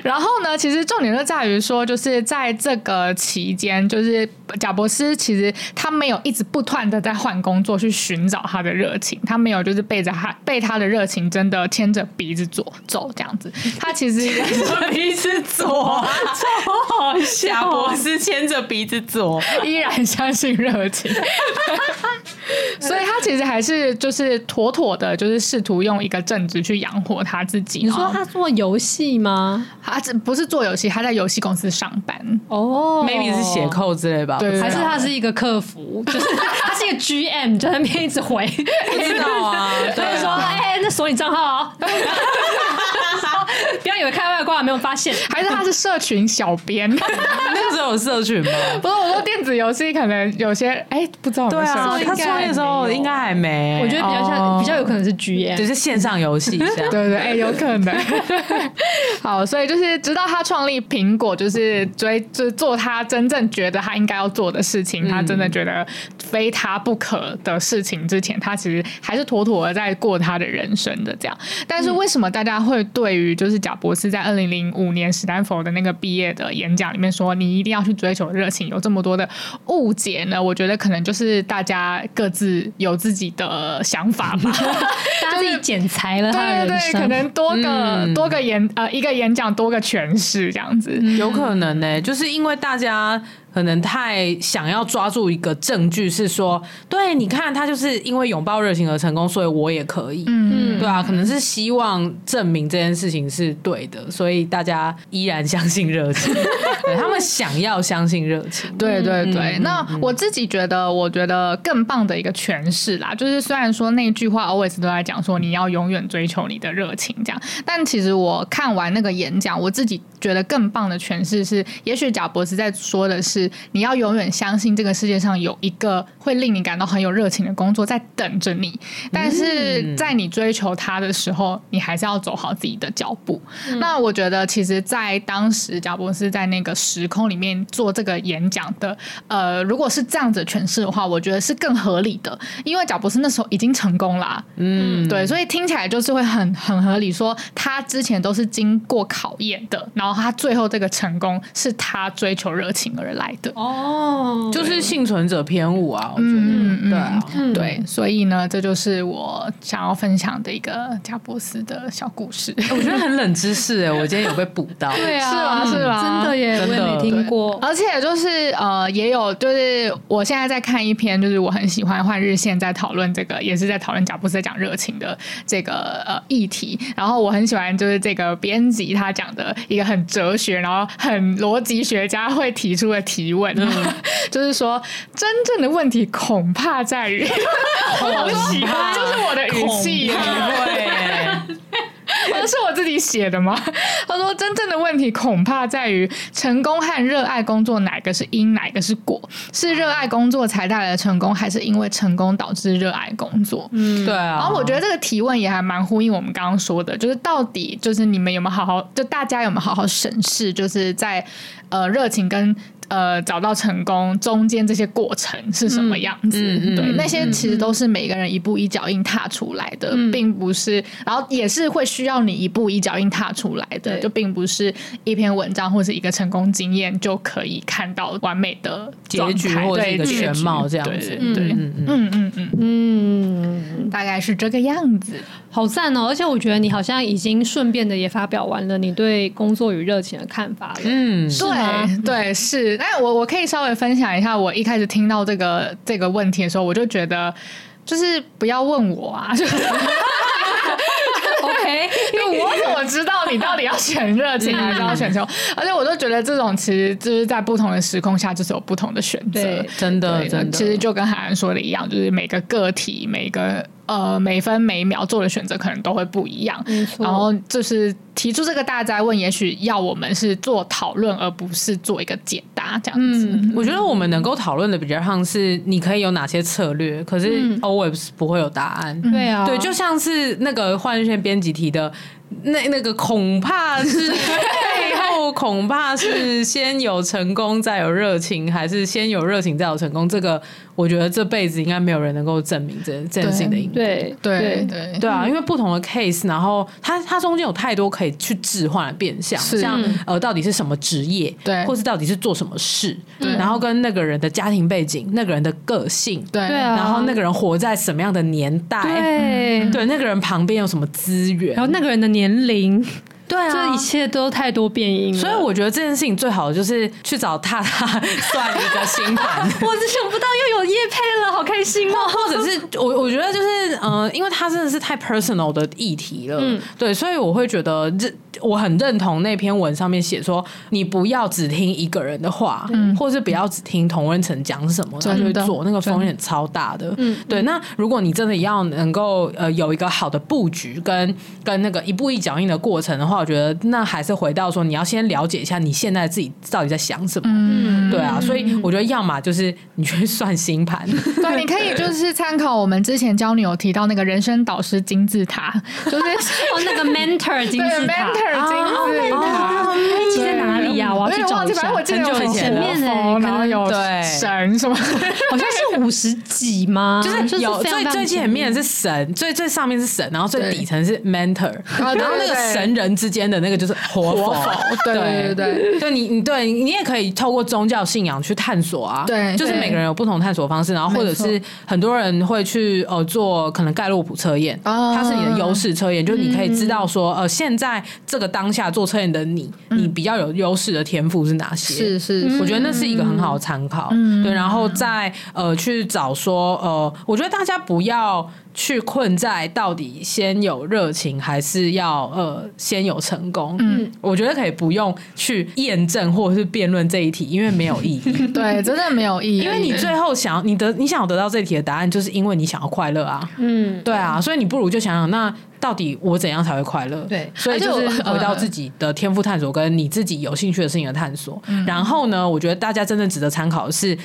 Speaker 3: 然后呢，其实重点就在于说，就是在这个期间，就是贾博斯其实他没有一直不断的在换工作去寻找他的热情，他没有就是背着他被他的热情真的牵着鼻子走走这样 子，他其实
Speaker 2: 鼻子 左，超好笑。哦贾博士牵着鼻子左，
Speaker 3: 依然相信热情，所以他其实还是就是妥妥的，就是试图用一个正职去养活他自己。
Speaker 4: 你说
Speaker 3: 然后
Speaker 4: 他做游戏吗？
Speaker 3: 他这不是做游戏，他在游戏公司上班。
Speaker 4: 哦
Speaker 2: maybe 是斜，扣之类吧？
Speaker 3: 对，对
Speaker 4: 还是
Speaker 3: 对
Speaker 4: 他是一个客服， 就是他是一个 GM，就在那边一直回，
Speaker 2: 不知道啊。 对
Speaker 4: 他就说：“
Speaker 2: 啊，
Speaker 4: 哎、那锁你账号哦。” 不要以为看外挂没有发现，
Speaker 3: 还是他是社群小 编？不
Speaker 2: 那个时候有社群吗？
Speaker 3: 是，我说电子游戏可能有些哎、不知道有没
Speaker 2: 对
Speaker 3: 有社
Speaker 2: 啊，
Speaker 3: 群。
Speaker 2: 他创业的时候应该还没。
Speaker 4: 我觉得比较像，
Speaker 3: 哦
Speaker 4: 比较有可能是 GM。
Speaker 2: 就是线上游戏这样。
Speaker 3: 对对，哎、有可能。 好，所以就是直到他创立苹果，就是追，就是做他真正觉得他应该要做的事情，他真的觉得非他不可的事情之前，他其实还是妥妥的在过他的人生的这样。但是为什么大家会对于就是贾博士在二零零五年史丹佛的那个毕业的演讲里面说你一定要去追求热情，有这么多的误解呢？我觉得可能就是大家各自有自己的想法 吧。
Speaker 4: 他自己剪裁了他
Speaker 3: 对
Speaker 4: 的人
Speaker 3: 对对，可
Speaker 4: 生。
Speaker 3: 能多个、多个演呃一个演讲多个诠释这样子。
Speaker 2: 嗯有可能呢、欸就是因为大家可能太想要抓住一个证据，是说，对，你看他就是因为拥抱热情而成功，所以我也可以，
Speaker 3: 嗯，
Speaker 2: 对啊，可能是希望证明这件事情是对的，所以大家依然相信热情，对他们想要相信热情，
Speaker 3: 对对对，
Speaker 2: 嗯
Speaker 3: 那我自己觉得，我觉得更棒的一个诠释啦，就是虽然说那句话 always 都在讲说你要永远追求你的热情这样，但其实我看完那个演讲，我自己觉得更棒的诠释是，也许贾博士在说的是你要永远相信这个世界上有一个会令你感到很有热情的工作在等着你，但
Speaker 2: 嗯
Speaker 3: 是在你追求它的时候，你还是要走好自己的脚步。
Speaker 2: 嗯
Speaker 3: 那我觉得，其实，在当时贾博士在那个时空里面做这个演讲的，呃，如果是这样子诠释的话，我觉得是更合理的，因为贾博士那时候已经成功啦、
Speaker 2: 嗯，
Speaker 3: 对，所以听起来就是会很很合理，说他之前都是经过考验的，然后他最后这个成功是他追求热情而来的。
Speaker 4: 哦，
Speaker 2: 就是幸存者偏误啊，我觉得，
Speaker 3: 嗯嗯
Speaker 2: 对啊，
Speaker 4: 嗯
Speaker 3: 对，所以呢，这就是我想要分享的一个贾博斯的小故事。
Speaker 2: 我觉得很冷知识哎、我今天有被补到，
Speaker 4: 对啊，
Speaker 3: 是啊是啊
Speaker 4: 真的耶，
Speaker 2: 真
Speaker 4: 我也
Speaker 2: 的
Speaker 4: 没听过。
Speaker 3: 而且就是呃，也有就是我现在在看一篇，就是我很喜欢换日线在讨论这个，也是在讨论贾布斯在讲热情的这个呃议题。然后我很喜欢就是这个编辑他讲的一个很哲学，然后很逻辑学家会提出的提问，就是说真正的问题恐怕在于，我喜 欢，这是我的语气耶。
Speaker 2: 对，
Speaker 3: 这是 我自己写的吗？ 他说，真正的问题恐怕在于成功和热爱工作哪个是因，哪个是果？是热爱工作才带来的成功，还是因为成功导致热爱工作？嗯。
Speaker 2: 对啊，
Speaker 3: 然后我觉得这个提问也还蛮呼应我们刚刚说的，就是到底就是你们有没有好好，就大家有没有好好审视，就是在呃热情跟呃找到成功中间这些过程是什么样子？
Speaker 2: 嗯嗯
Speaker 3: 对，
Speaker 2: 嗯嗯
Speaker 3: 那些其实都是每个人一步一脚印踏出来的，并不是，然后也是会需要你一步一脚印踏出来的，
Speaker 4: 对
Speaker 3: 就并不是一篇文章或是一个成功经验就可以看到完美的
Speaker 2: 结局
Speaker 3: 状态
Speaker 2: 或者
Speaker 3: 对
Speaker 2: 是一个
Speaker 3: 结局
Speaker 2: 全貌这样
Speaker 3: 对
Speaker 2: 子，
Speaker 3: 对对，
Speaker 2: 嗯嗯嗯，
Speaker 3: 嗯嗯嗯，
Speaker 4: 嗯，
Speaker 3: 大概是这个样子。
Speaker 4: 好赞哦！而且我觉得你好像已经顺便的也发表完了你对工作与热情的看法了。
Speaker 2: 嗯，
Speaker 3: 对对是，但我我可以稍微分享一下，我一开始听到这个这个问题的时候，我就觉得就是不要问我啊，就是
Speaker 4: OK，
Speaker 3: 因为我怎么知道你到底要选热情还是要选球？而且我就觉得这种其实就是在不同的时空下，就是有不同的选择
Speaker 4: 对。
Speaker 2: 真的
Speaker 3: 对
Speaker 2: 真的，
Speaker 3: 其实就跟海安说的一样，就是每个个体、每个呃每分每秒做的选择可能都会不一样。
Speaker 4: 没错。
Speaker 2: 嗯
Speaker 3: 然后就是提出这个大灾问，也许要我们是做讨论，而不是做一个解答这样子。
Speaker 2: 我觉得我们能够讨论的比较像是你可以有哪些策略，可是 always 不会有答案。
Speaker 4: 对啊，
Speaker 2: 对，就像是那个换日线编辑提的，那那个恐怕是 背后后恐怕是先有成功再有热情，还是先有热情再有成功？这个我觉得这辈子应该没有人能够证明这这件事情的因。
Speaker 4: 对
Speaker 3: 对对
Speaker 2: 对
Speaker 4: 嗯
Speaker 2: 啊，因为不同的 case，然后它它中间有太多可以去置换的变相，
Speaker 3: 是
Speaker 2: 像
Speaker 4: 嗯
Speaker 2: 呃到底是什么职业，
Speaker 3: 对
Speaker 2: 或是到底是做什么事，
Speaker 3: 对
Speaker 2: 然后跟那个人的家庭背景、那个人的个性，
Speaker 3: 对
Speaker 4: 对啊，
Speaker 2: 然后那个人活在什么样的年代，
Speaker 4: 嗯对，
Speaker 2: 对，那个人旁边有什么资源，
Speaker 4: 然后那个人的年龄，
Speaker 2: 对啊，
Speaker 4: 这一切都太多变因了。
Speaker 2: 所以我觉得这件事情最好的就是去找踏 踏算一个星盘。
Speaker 4: 我只想不到又有叶配了，好开心哦！
Speaker 2: 或者是我，我觉得就是，呃，因为它真的是太 personal 的议题了，
Speaker 3: 嗯
Speaker 2: 对，所以我会觉得这我很认同那篇文上面写说，你不要只听一个人的话，或是不要只听同温层讲什么，他就
Speaker 3: 嗯真
Speaker 2: 会
Speaker 3: 的嗯
Speaker 2: 做，那个风
Speaker 3: 真
Speaker 2: 险超大的。对。那如果你真的要能够呃有一个好的布局跟跟那个一步一脚印的过程的话，我觉得那还是回到说，你要先了解一下你现在自己到底在想什么。
Speaker 3: 嗯
Speaker 2: 对啊，所以我觉得要么就是你去算星盘，
Speaker 3: 对，你可以就是参考我们之前教你有提到那个人生导师金字塔，就是
Speaker 4: 哦，那个 mentor 金字
Speaker 3: 对
Speaker 4: 塔，
Speaker 3: mentor 金字塔。
Speaker 4: 那集在哪里呀？我
Speaker 3: 我有
Speaker 4: 要去
Speaker 3: 点
Speaker 4: 找
Speaker 3: 忘记，
Speaker 4: 一
Speaker 3: 反
Speaker 4: 下
Speaker 3: 正我。记得有
Speaker 2: 很久以前
Speaker 3: 什么
Speaker 4: 了
Speaker 3: 佛然后有
Speaker 2: 对
Speaker 3: 神什么，
Speaker 4: 好像是五十几
Speaker 3: 哦
Speaker 4: 吗？
Speaker 2: 就是有
Speaker 4: 非常
Speaker 2: 最最前面是神，最最上面是神，然后最底层是 mentor，
Speaker 3: 啊对
Speaker 2: 然后那个
Speaker 3: 对
Speaker 2: 神人之间的那个就是活佛。
Speaker 3: 对对对对
Speaker 2: 对你，你对你也可以透过宗教信仰去探索啊。
Speaker 3: 对
Speaker 2: 就是
Speaker 3: 对
Speaker 2: 每个人有不同探索方式，然后或者是很多人会去呃做可能盖洛普测验，
Speaker 3: 啊
Speaker 2: 它是你的优势测验，就是你
Speaker 3: 嗯
Speaker 2: 可以知道说呃现在这个当下做测验的你，你
Speaker 3: 嗯
Speaker 2: 比较有优势的天赋是哪些？
Speaker 3: 是是
Speaker 2: 我觉得那是一个很好的参考。对，然后再呃去找说呃，我觉得大家不要去困在到底先有热情还是要呃先有成功。嗯，我觉得可以不用去验证或者是辩论这一题，因为没有意 义。
Speaker 3: 对，真的没有意义，
Speaker 2: 因为你最后想要你得你想要得到这题的答案，就是因为你想要快乐啊。嗯，对啊，所以你不如就想想那。到底我怎样才会快乐？
Speaker 3: 对
Speaker 2: 所以就
Speaker 3: 而
Speaker 2: 是
Speaker 3: 且我呃
Speaker 2: 回到自己的天赋探索，跟你自己有兴趣的事情的探索。
Speaker 3: 嗯
Speaker 2: 然后呢，我觉得大家真正值得参考的是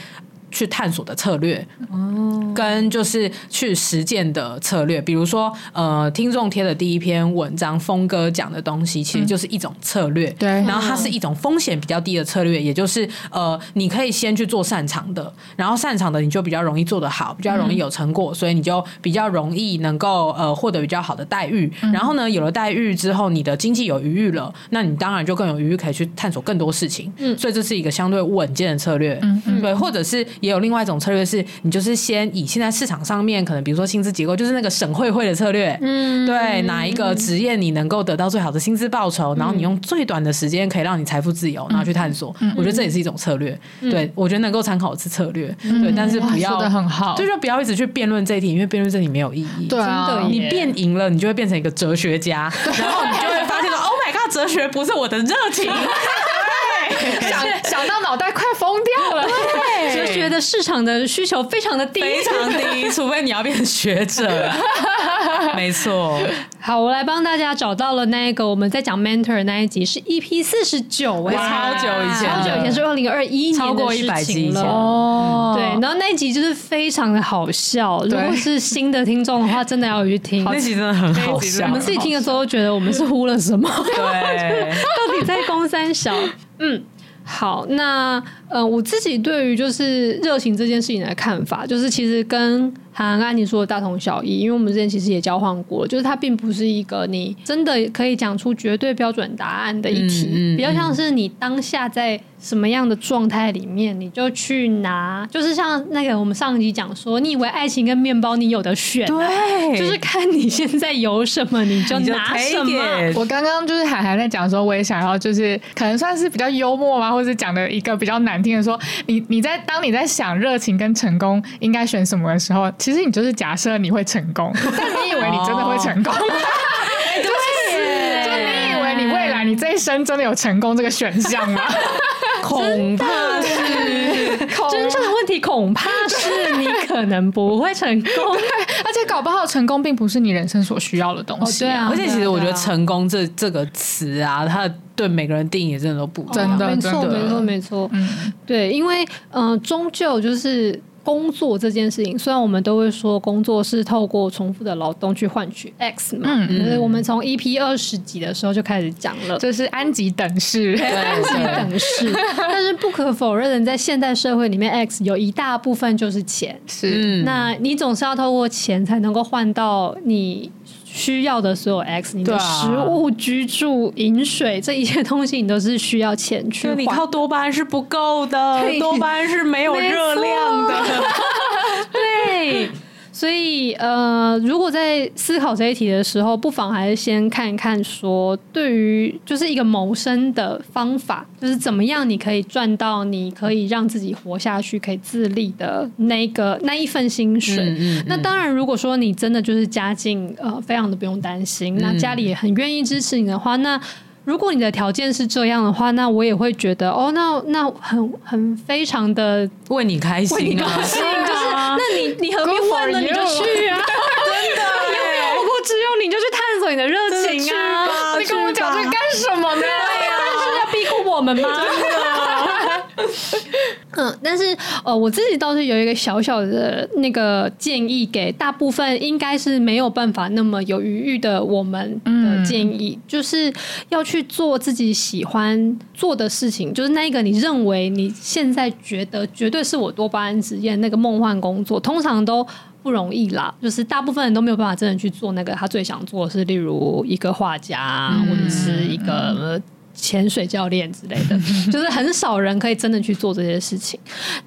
Speaker 2: 去探索的策略，
Speaker 3: 哦
Speaker 2: 跟就是去实践的策略。比如说，呃，听众贴的第一篇文章，峰哥讲的东西，
Speaker 3: 嗯
Speaker 2: 其实就是一种策略。
Speaker 3: 对
Speaker 2: 然后它是一种风险比较低的策略，也就是呃，你可以先去做擅长的，然后擅长的你就比较容易做得好，比较容易有成果，所以你就比较容易能够呃获得比较好的待遇。然后呢，有了待遇之后，你的经济有余裕了，那你当然就更有余裕可以去探索更多事情。嗯，所以这是一个相对稳健的策略。嗯嗯，对，或者是也有另外一种策略是，你就是先以现在市场上面可能比如说薪资结构，就是那个省会会的策略。嗯，对，哪一个职业你能够得到最好的薪资报酬，然后你
Speaker 3: 嗯
Speaker 2: 用最短的时间可以让你财富自由，然后去探索。我觉得这
Speaker 3: 嗯
Speaker 2: 也是一种策略。对，我觉得能够参考的是策略。对，但是不要
Speaker 3: 说的很好，
Speaker 2: 就是不要一直去辩论这一题，因为辩论这题没有意义。
Speaker 3: 对啊，
Speaker 2: 你辩赢了，你就会变成一个哲学 家，然后你就会发现说，Oh my god，哲学不是我的热情。
Speaker 3: 想想到脑袋快疯掉了，
Speaker 4: 哲学的市场的需求非常的低。
Speaker 2: 非常低，除非你要变学 者。没错，
Speaker 4: 好，我来帮大家找到了那一个我们在讲 mentor 那一集是 EP 四十九，哎，
Speaker 2: 超久以前了
Speaker 4: 超久以前是二零二一年的
Speaker 2: 超过
Speaker 4: 事情
Speaker 2: 100集以前
Speaker 4: 了
Speaker 3: 哦
Speaker 4: 对，然后那一集就是非常的好笑。如
Speaker 3: 对
Speaker 4: 果是新的听众的话，真的要去听。
Speaker 2: 那集真的很好
Speaker 4: 我
Speaker 2: 笑。
Speaker 4: 们自己听的时候都觉得我们是呼了什么，
Speaker 2: 对，
Speaker 4: 到底在攻三 小？嗯。好，那呃，我自己对于就是热情这件事情的看法，就是其实跟韩寒刚你说的大同小异，因为我们之前其实也交换过，就是它并不是一个你真的可以讲出绝对标准答案的一题，
Speaker 2: 嗯嗯
Speaker 4: 比较像是你当下在什么样的状态里面，你就去拿，就是像那个我们上一集讲说，你以为爱情跟面包你有的选、啊，
Speaker 2: 对
Speaker 4: 就是看你现在有什么你就
Speaker 2: 你就
Speaker 4: 拿
Speaker 2: take
Speaker 4: 什么。
Speaker 2: it
Speaker 3: 我刚刚就是海涵在讲说，我也想要就是可能算是比较幽默嘛，或者是讲的一个比较难听的说，你你在当你在想热情跟成功应该选什么的时候，其实你就是假设你会成 功，但你以为你真的会成功。
Speaker 2: 哎
Speaker 3: 就是就你以为你未来你这一生真的有成功这个选项吗？
Speaker 2: 恐怕是
Speaker 4: 真正的问题恐怕是你可能不会成 功。
Speaker 3: 而且搞不好成功并不是你人生所需要的东西、啊。
Speaker 2: 而且其实我觉得“成功这”这个词啊，它对每个人定义真的都不一样
Speaker 3: 真的
Speaker 4: 哦没
Speaker 3: 真
Speaker 4: 错，
Speaker 3: 的
Speaker 4: 没错，没错。
Speaker 3: 嗯，
Speaker 4: 对，因为嗯、呃终究就是工作这件事情，虽然我们都会说工作是透过重复的劳动去换取 X 嘛，
Speaker 3: 嗯
Speaker 4: 可是我们从 EP 二十集的时候就开始讲了。
Speaker 3: 就是安吉等式。
Speaker 4: 安吉等式，但是不可否认的，在现代社会里面，X 有一大部分就是钱。
Speaker 3: 是，
Speaker 2: 嗯
Speaker 4: 那你总是要透过钱才能够换到你需要的所有 X，你的
Speaker 2: 对啊
Speaker 4: 食物、居住、饮水这一切东西，你都是需要钱去
Speaker 2: 就
Speaker 4: 换。
Speaker 2: 你靠多巴胺是不够的，
Speaker 4: 对
Speaker 2: 多巴胺是没有热量的。
Speaker 4: 对， 所以呃，如果在思考这一题的时候，不妨还是先看一看说，对于就是一个谋生的方法，就是怎么样你可以赚到，你可以让自己活下去，可以自立的那个那一份薪水。
Speaker 2: 嗯
Speaker 4: 那当然，如果说你真的就是家境呃非常的不用担心，那家里也很愿意支持你的话，那如果你的条件是这样的话，那我也会觉得哦，那那很很非常的
Speaker 2: 为你开心啊！
Speaker 4: 行，就是那你你何必换呢？你就去啊， 真的，你又没有不过只有你就去探索你的热情啊，
Speaker 3: 嗯你跟我讲这干什么呢？
Speaker 4: 是要逼迫我们吗？嗯，但是呃，我自己倒是有一个小小的那个建议，给大部分应该是没有办法那么有余裕的我们的建议，就是要去做自己喜欢做的事情，就是那一个你认为你现在觉得绝对是我多巴胺职业那个梦幻工作，通常都。不容易啦，就是大部分人都没有办法真的去做那个他最想做的是，例如一个画家啊、或者是一个呃潜水教练之类的，就是很少人可以真的去做这些事情。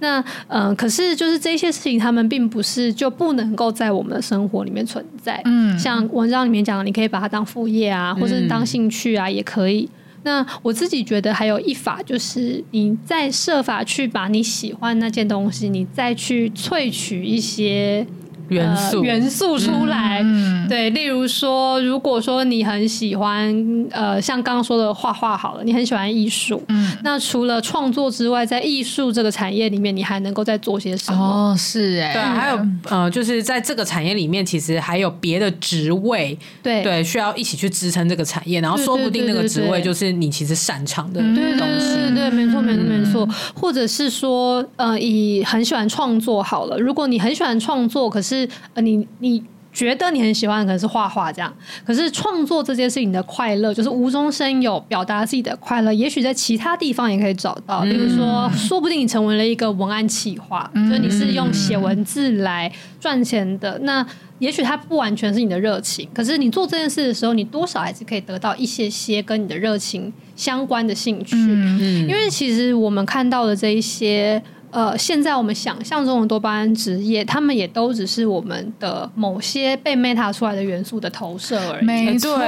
Speaker 4: 那嗯、呃可是就是这些事情，他们并不是就不能够在我们的生活里面存在。
Speaker 3: 嗯
Speaker 4: 像文章里面讲的，你可以把它当副业啊，或者是当兴趣啊，也可以。那我自己觉得还有一法，就是你再设法去把你喜欢那件东西，你再去萃取一些
Speaker 2: 元素
Speaker 4: 呃、元素出来。
Speaker 3: 嗯，
Speaker 4: 对，例如说，如果说你很喜欢，呃，像刚刚说的画画好了，你很喜欢艺术，
Speaker 3: 嗯，
Speaker 4: 那除了创作之外，在艺术这个产业里面，你还能够再做些什么？
Speaker 3: 哦，是哎，
Speaker 2: 对
Speaker 4: 嗯
Speaker 2: 啊，还有呃，就是在这个产业里面，其实还有别的职位，
Speaker 4: 对
Speaker 2: 对，需要一起去支撑这个产业，然后
Speaker 4: 对对
Speaker 2: 说不定那个职
Speaker 4: 对对
Speaker 2: 位
Speaker 4: 对
Speaker 2: 就是你其实擅长的
Speaker 4: 对对
Speaker 2: 嗯东
Speaker 4: 对对
Speaker 2: 西。嗯
Speaker 4: 对，没错没错没错，或者是说，呃，以很喜欢创作好了。如果你很喜欢创作，可是呃，你你觉得你很喜欢，可能是画画这样，可是创作这件事情的快乐，就是无中生有，表达自己的快乐，也许在其他地方也可以找到。
Speaker 2: 嗯
Speaker 4: 比如说，说不定你成为了一个文案企划，就是你是用写文字来赚钱的。那也许它不完全是你的热情，可是你做这件事的时候，你多少还是可以得到一些些跟你的热情相关的兴趣。
Speaker 5: 嗯
Speaker 2: 嗯
Speaker 4: 因为其实我们看到的这一些。呃，现在我们想象中的多巴胺职业，他们也都只是我们的某些被 Meta 出来的元素的投射而已。
Speaker 3: 没错，
Speaker 2: 对
Speaker 3: 嗯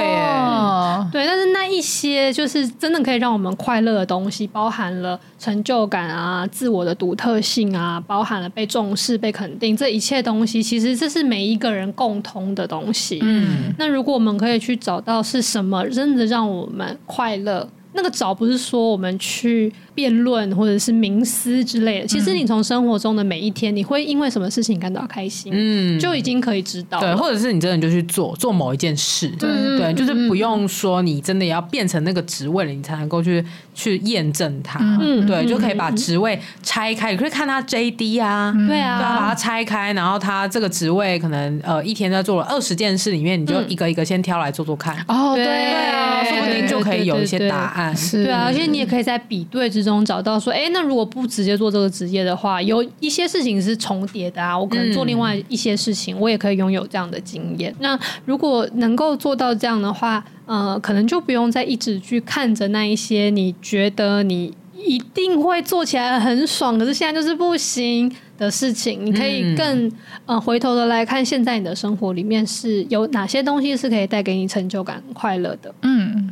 Speaker 2: 耶
Speaker 4: 对，但是那一些就是真的可以让我们快乐的东西，包含了成就感啊、自我的独特性啊，包含了被重视、被肯定，这一切东西，其实这是每一个人共通的东西。
Speaker 3: 嗯，
Speaker 4: 那如果我们可以去找到是什么真的让我们快乐，那个找不是说我们去辩论或者是冥思之
Speaker 2: 嗯
Speaker 4: 类的，其实你从生活中的每一天，你会因为什么事情感到开心，
Speaker 2: 嗯，
Speaker 4: 就已经可以知道
Speaker 2: 对，
Speaker 4: 了。
Speaker 2: 或者是你真的就去做做某一件事，
Speaker 4: 嗯
Speaker 2: 对，就是不用说你真的要变成那个职位了，你才能够去去验证它，
Speaker 4: 嗯
Speaker 2: 对，
Speaker 4: 嗯
Speaker 2: 就可以把职位拆开，你可以看它 JD 啊，
Speaker 4: 对
Speaker 2: 对啊，把
Speaker 4: 啊
Speaker 2: 它，拆开，然后它这个职位可能呃一天在做了二十件事里面，你就一个一个先挑来做做看，
Speaker 3: 哦，
Speaker 4: 对
Speaker 3: 对
Speaker 2: 啊，说不定就可以有一些答案。
Speaker 3: 是，
Speaker 4: 对啊，而且你也可以在比对之中找到说，哎，那如果不直接做这个职业的话，有一些事情是重叠的啊，我可能做另外一些事情，我也可以拥有这样的经验。那如果能够做到这样的话，呃，可能就不用再一直去看着那一些你觉得你一定会做起来很爽，可是现在就是不行的事情，你可以
Speaker 2: 嗯
Speaker 4: 更、呃回头的来看，现在你的生活里面是有哪些东西是可以带给你成就感、快乐的。
Speaker 3: 嗯，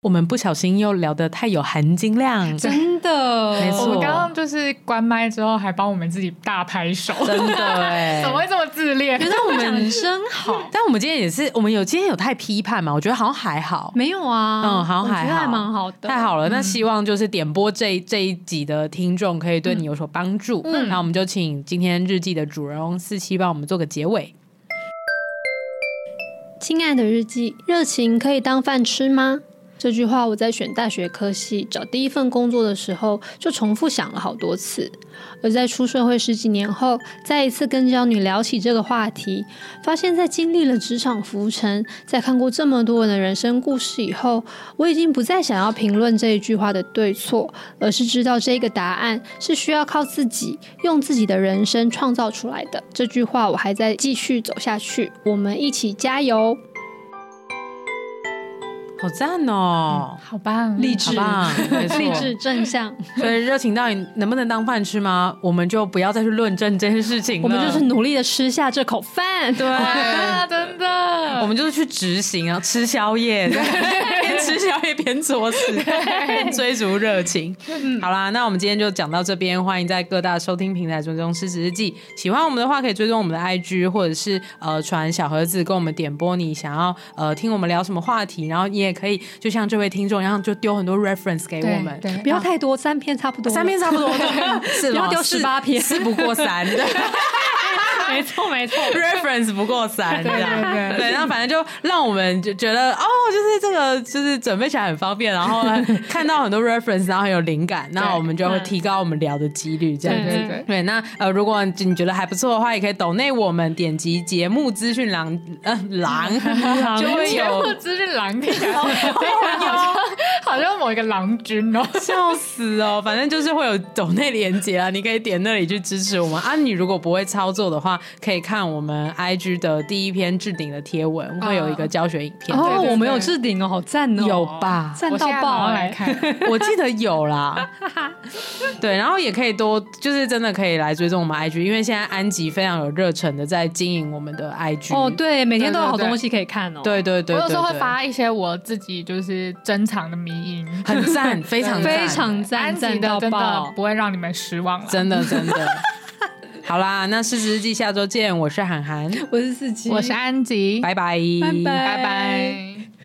Speaker 2: 我们不小心又聊得太有含金量，
Speaker 4: 真的，
Speaker 2: 没
Speaker 3: 我
Speaker 2: 错
Speaker 3: 们刚刚就是关麦之后，还帮我们自己大拍手，
Speaker 2: 真的哎
Speaker 3: 怎。么会这么自恋？
Speaker 4: 觉得我们真好，
Speaker 2: 但我们今天也是，我们有今天有太批判嘛？我觉得好像还好，
Speaker 4: 没有啊，
Speaker 2: 嗯好像
Speaker 4: 我觉得
Speaker 2: 还好
Speaker 4: 还蛮好的，嗯
Speaker 2: 太好了，那希望就是点播这一这一集的听众可以对你有所帮助。
Speaker 4: 嗯
Speaker 2: 那我们就请今天日记的主人翁四七帮我们做个结尾。
Speaker 4: 亲爱的日记，热情可以当饭吃吗？这句话我在选大学科系找第一份工作的时候就重复想了好多次，而在出社会十几年后，再一次跟娇女聊起这个话题，发现在经历了职场浮沉，在看过这么多人的人生故事以后，我已经不再想要评论这一句话的对错，而是知道这个答案是需要靠自己用自己的人生创造出来的。这句话我还在继续走下去，我们一起加油！
Speaker 2: 好赞哦，
Speaker 3: 好棒，
Speaker 2: 励志，没错
Speaker 4: 励志 正向，
Speaker 2: 所以热情到底能不能当饭吃吗？我们就不要再去论证这件事情了。
Speaker 4: 我们就是努力的吃下这口饭。
Speaker 2: 对，
Speaker 3: 啊，真的，
Speaker 2: 我们就是去执行啊，吃宵 夜，边吃宵夜边作死，边追逐热情。
Speaker 4: 嗯
Speaker 2: 好啦，那我们今天就讲到这边，欢迎在各大收听平台追踪《失职日记》。喜欢我们的话，可以追踪我们的 IG，或者是呃传小盒子跟我们点播你想要呃听我们聊什么话题，然后你也可以就像这位听众一样，就丢很多 reference 给我们。
Speaker 3: 对，
Speaker 4: 不要太多，三篇差不多。
Speaker 2: 三篇差不多，对 是
Speaker 4: 不要
Speaker 2: 吗
Speaker 4: 丢
Speaker 2: 四
Speaker 4: 18篇
Speaker 2: 四不过三。对
Speaker 4: 没错没错。
Speaker 2: reference 不过三，这样
Speaker 3: 对对
Speaker 2: 对，那反正就让我们就觉得哦，就是这个就是准备起来很方便，然后呢看到很多 reference，然后很有灵感，那我们就会提高我们聊的几率，这样子。
Speaker 3: 对对对
Speaker 2: 对，那呃，如果你觉得还不错的话，也可以抖内我们点击节目资讯栏，呃，栏就会
Speaker 3: 全部
Speaker 2: 有。
Speaker 3: 资讯狼听起来，好像好像某一个郎君哦。
Speaker 2: 笑死哦！反正就是会有抖内连接啊，你可以点那里去支持我们啊。你如果不会操作的话，可以看我们 IG 的第一篇置顶的贴文，会有一个教学影片。
Speaker 3: 对
Speaker 4: 哦，
Speaker 3: 对
Speaker 4: 我们有
Speaker 3: 对
Speaker 4: 置顶哦，好赞哦，
Speaker 2: 有吧？
Speaker 4: 赞
Speaker 3: 我
Speaker 4: 到
Speaker 3: 现在马
Speaker 4: 爆
Speaker 3: 上
Speaker 4: 哎、
Speaker 3: 来看，
Speaker 2: 我记得有啦， 对，然后也可以多，就是真的可以来追踪我们 IG，因为现在安吉非常有热忱的在经营我们的 IG。
Speaker 4: 哦，，对，每天都有好
Speaker 3: 对对对
Speaker 4: 东西可以看哦。
Speaker 2: 对对对，
Speaker 3: 我有时候
Speaker 2: 对
Speaker 3: 会，发一些我自己就是珍藏的迷音，
Speaker 2: 对很赞，非常赞
Speaker 4: 非常
Speaker 3: 安
Speaker 4: 赞，
Speaker 3: 吉
Speaker 4: 赞
Speaker 3: 的
Speaker 4: 到
Speaker 3: 真的
Speaker 4: 爆。
Speaker 3: 不会让你们失望了。
Speaker 2: 真的真的。好啦，那失职日记下周见，我是涵涵，
Speaker 4: 我是四七，
Speaker 3: 我是安吉，
Speaker 2: 拜拜，
Speaker 4: 拜拜
Speaker 3: 拜拜。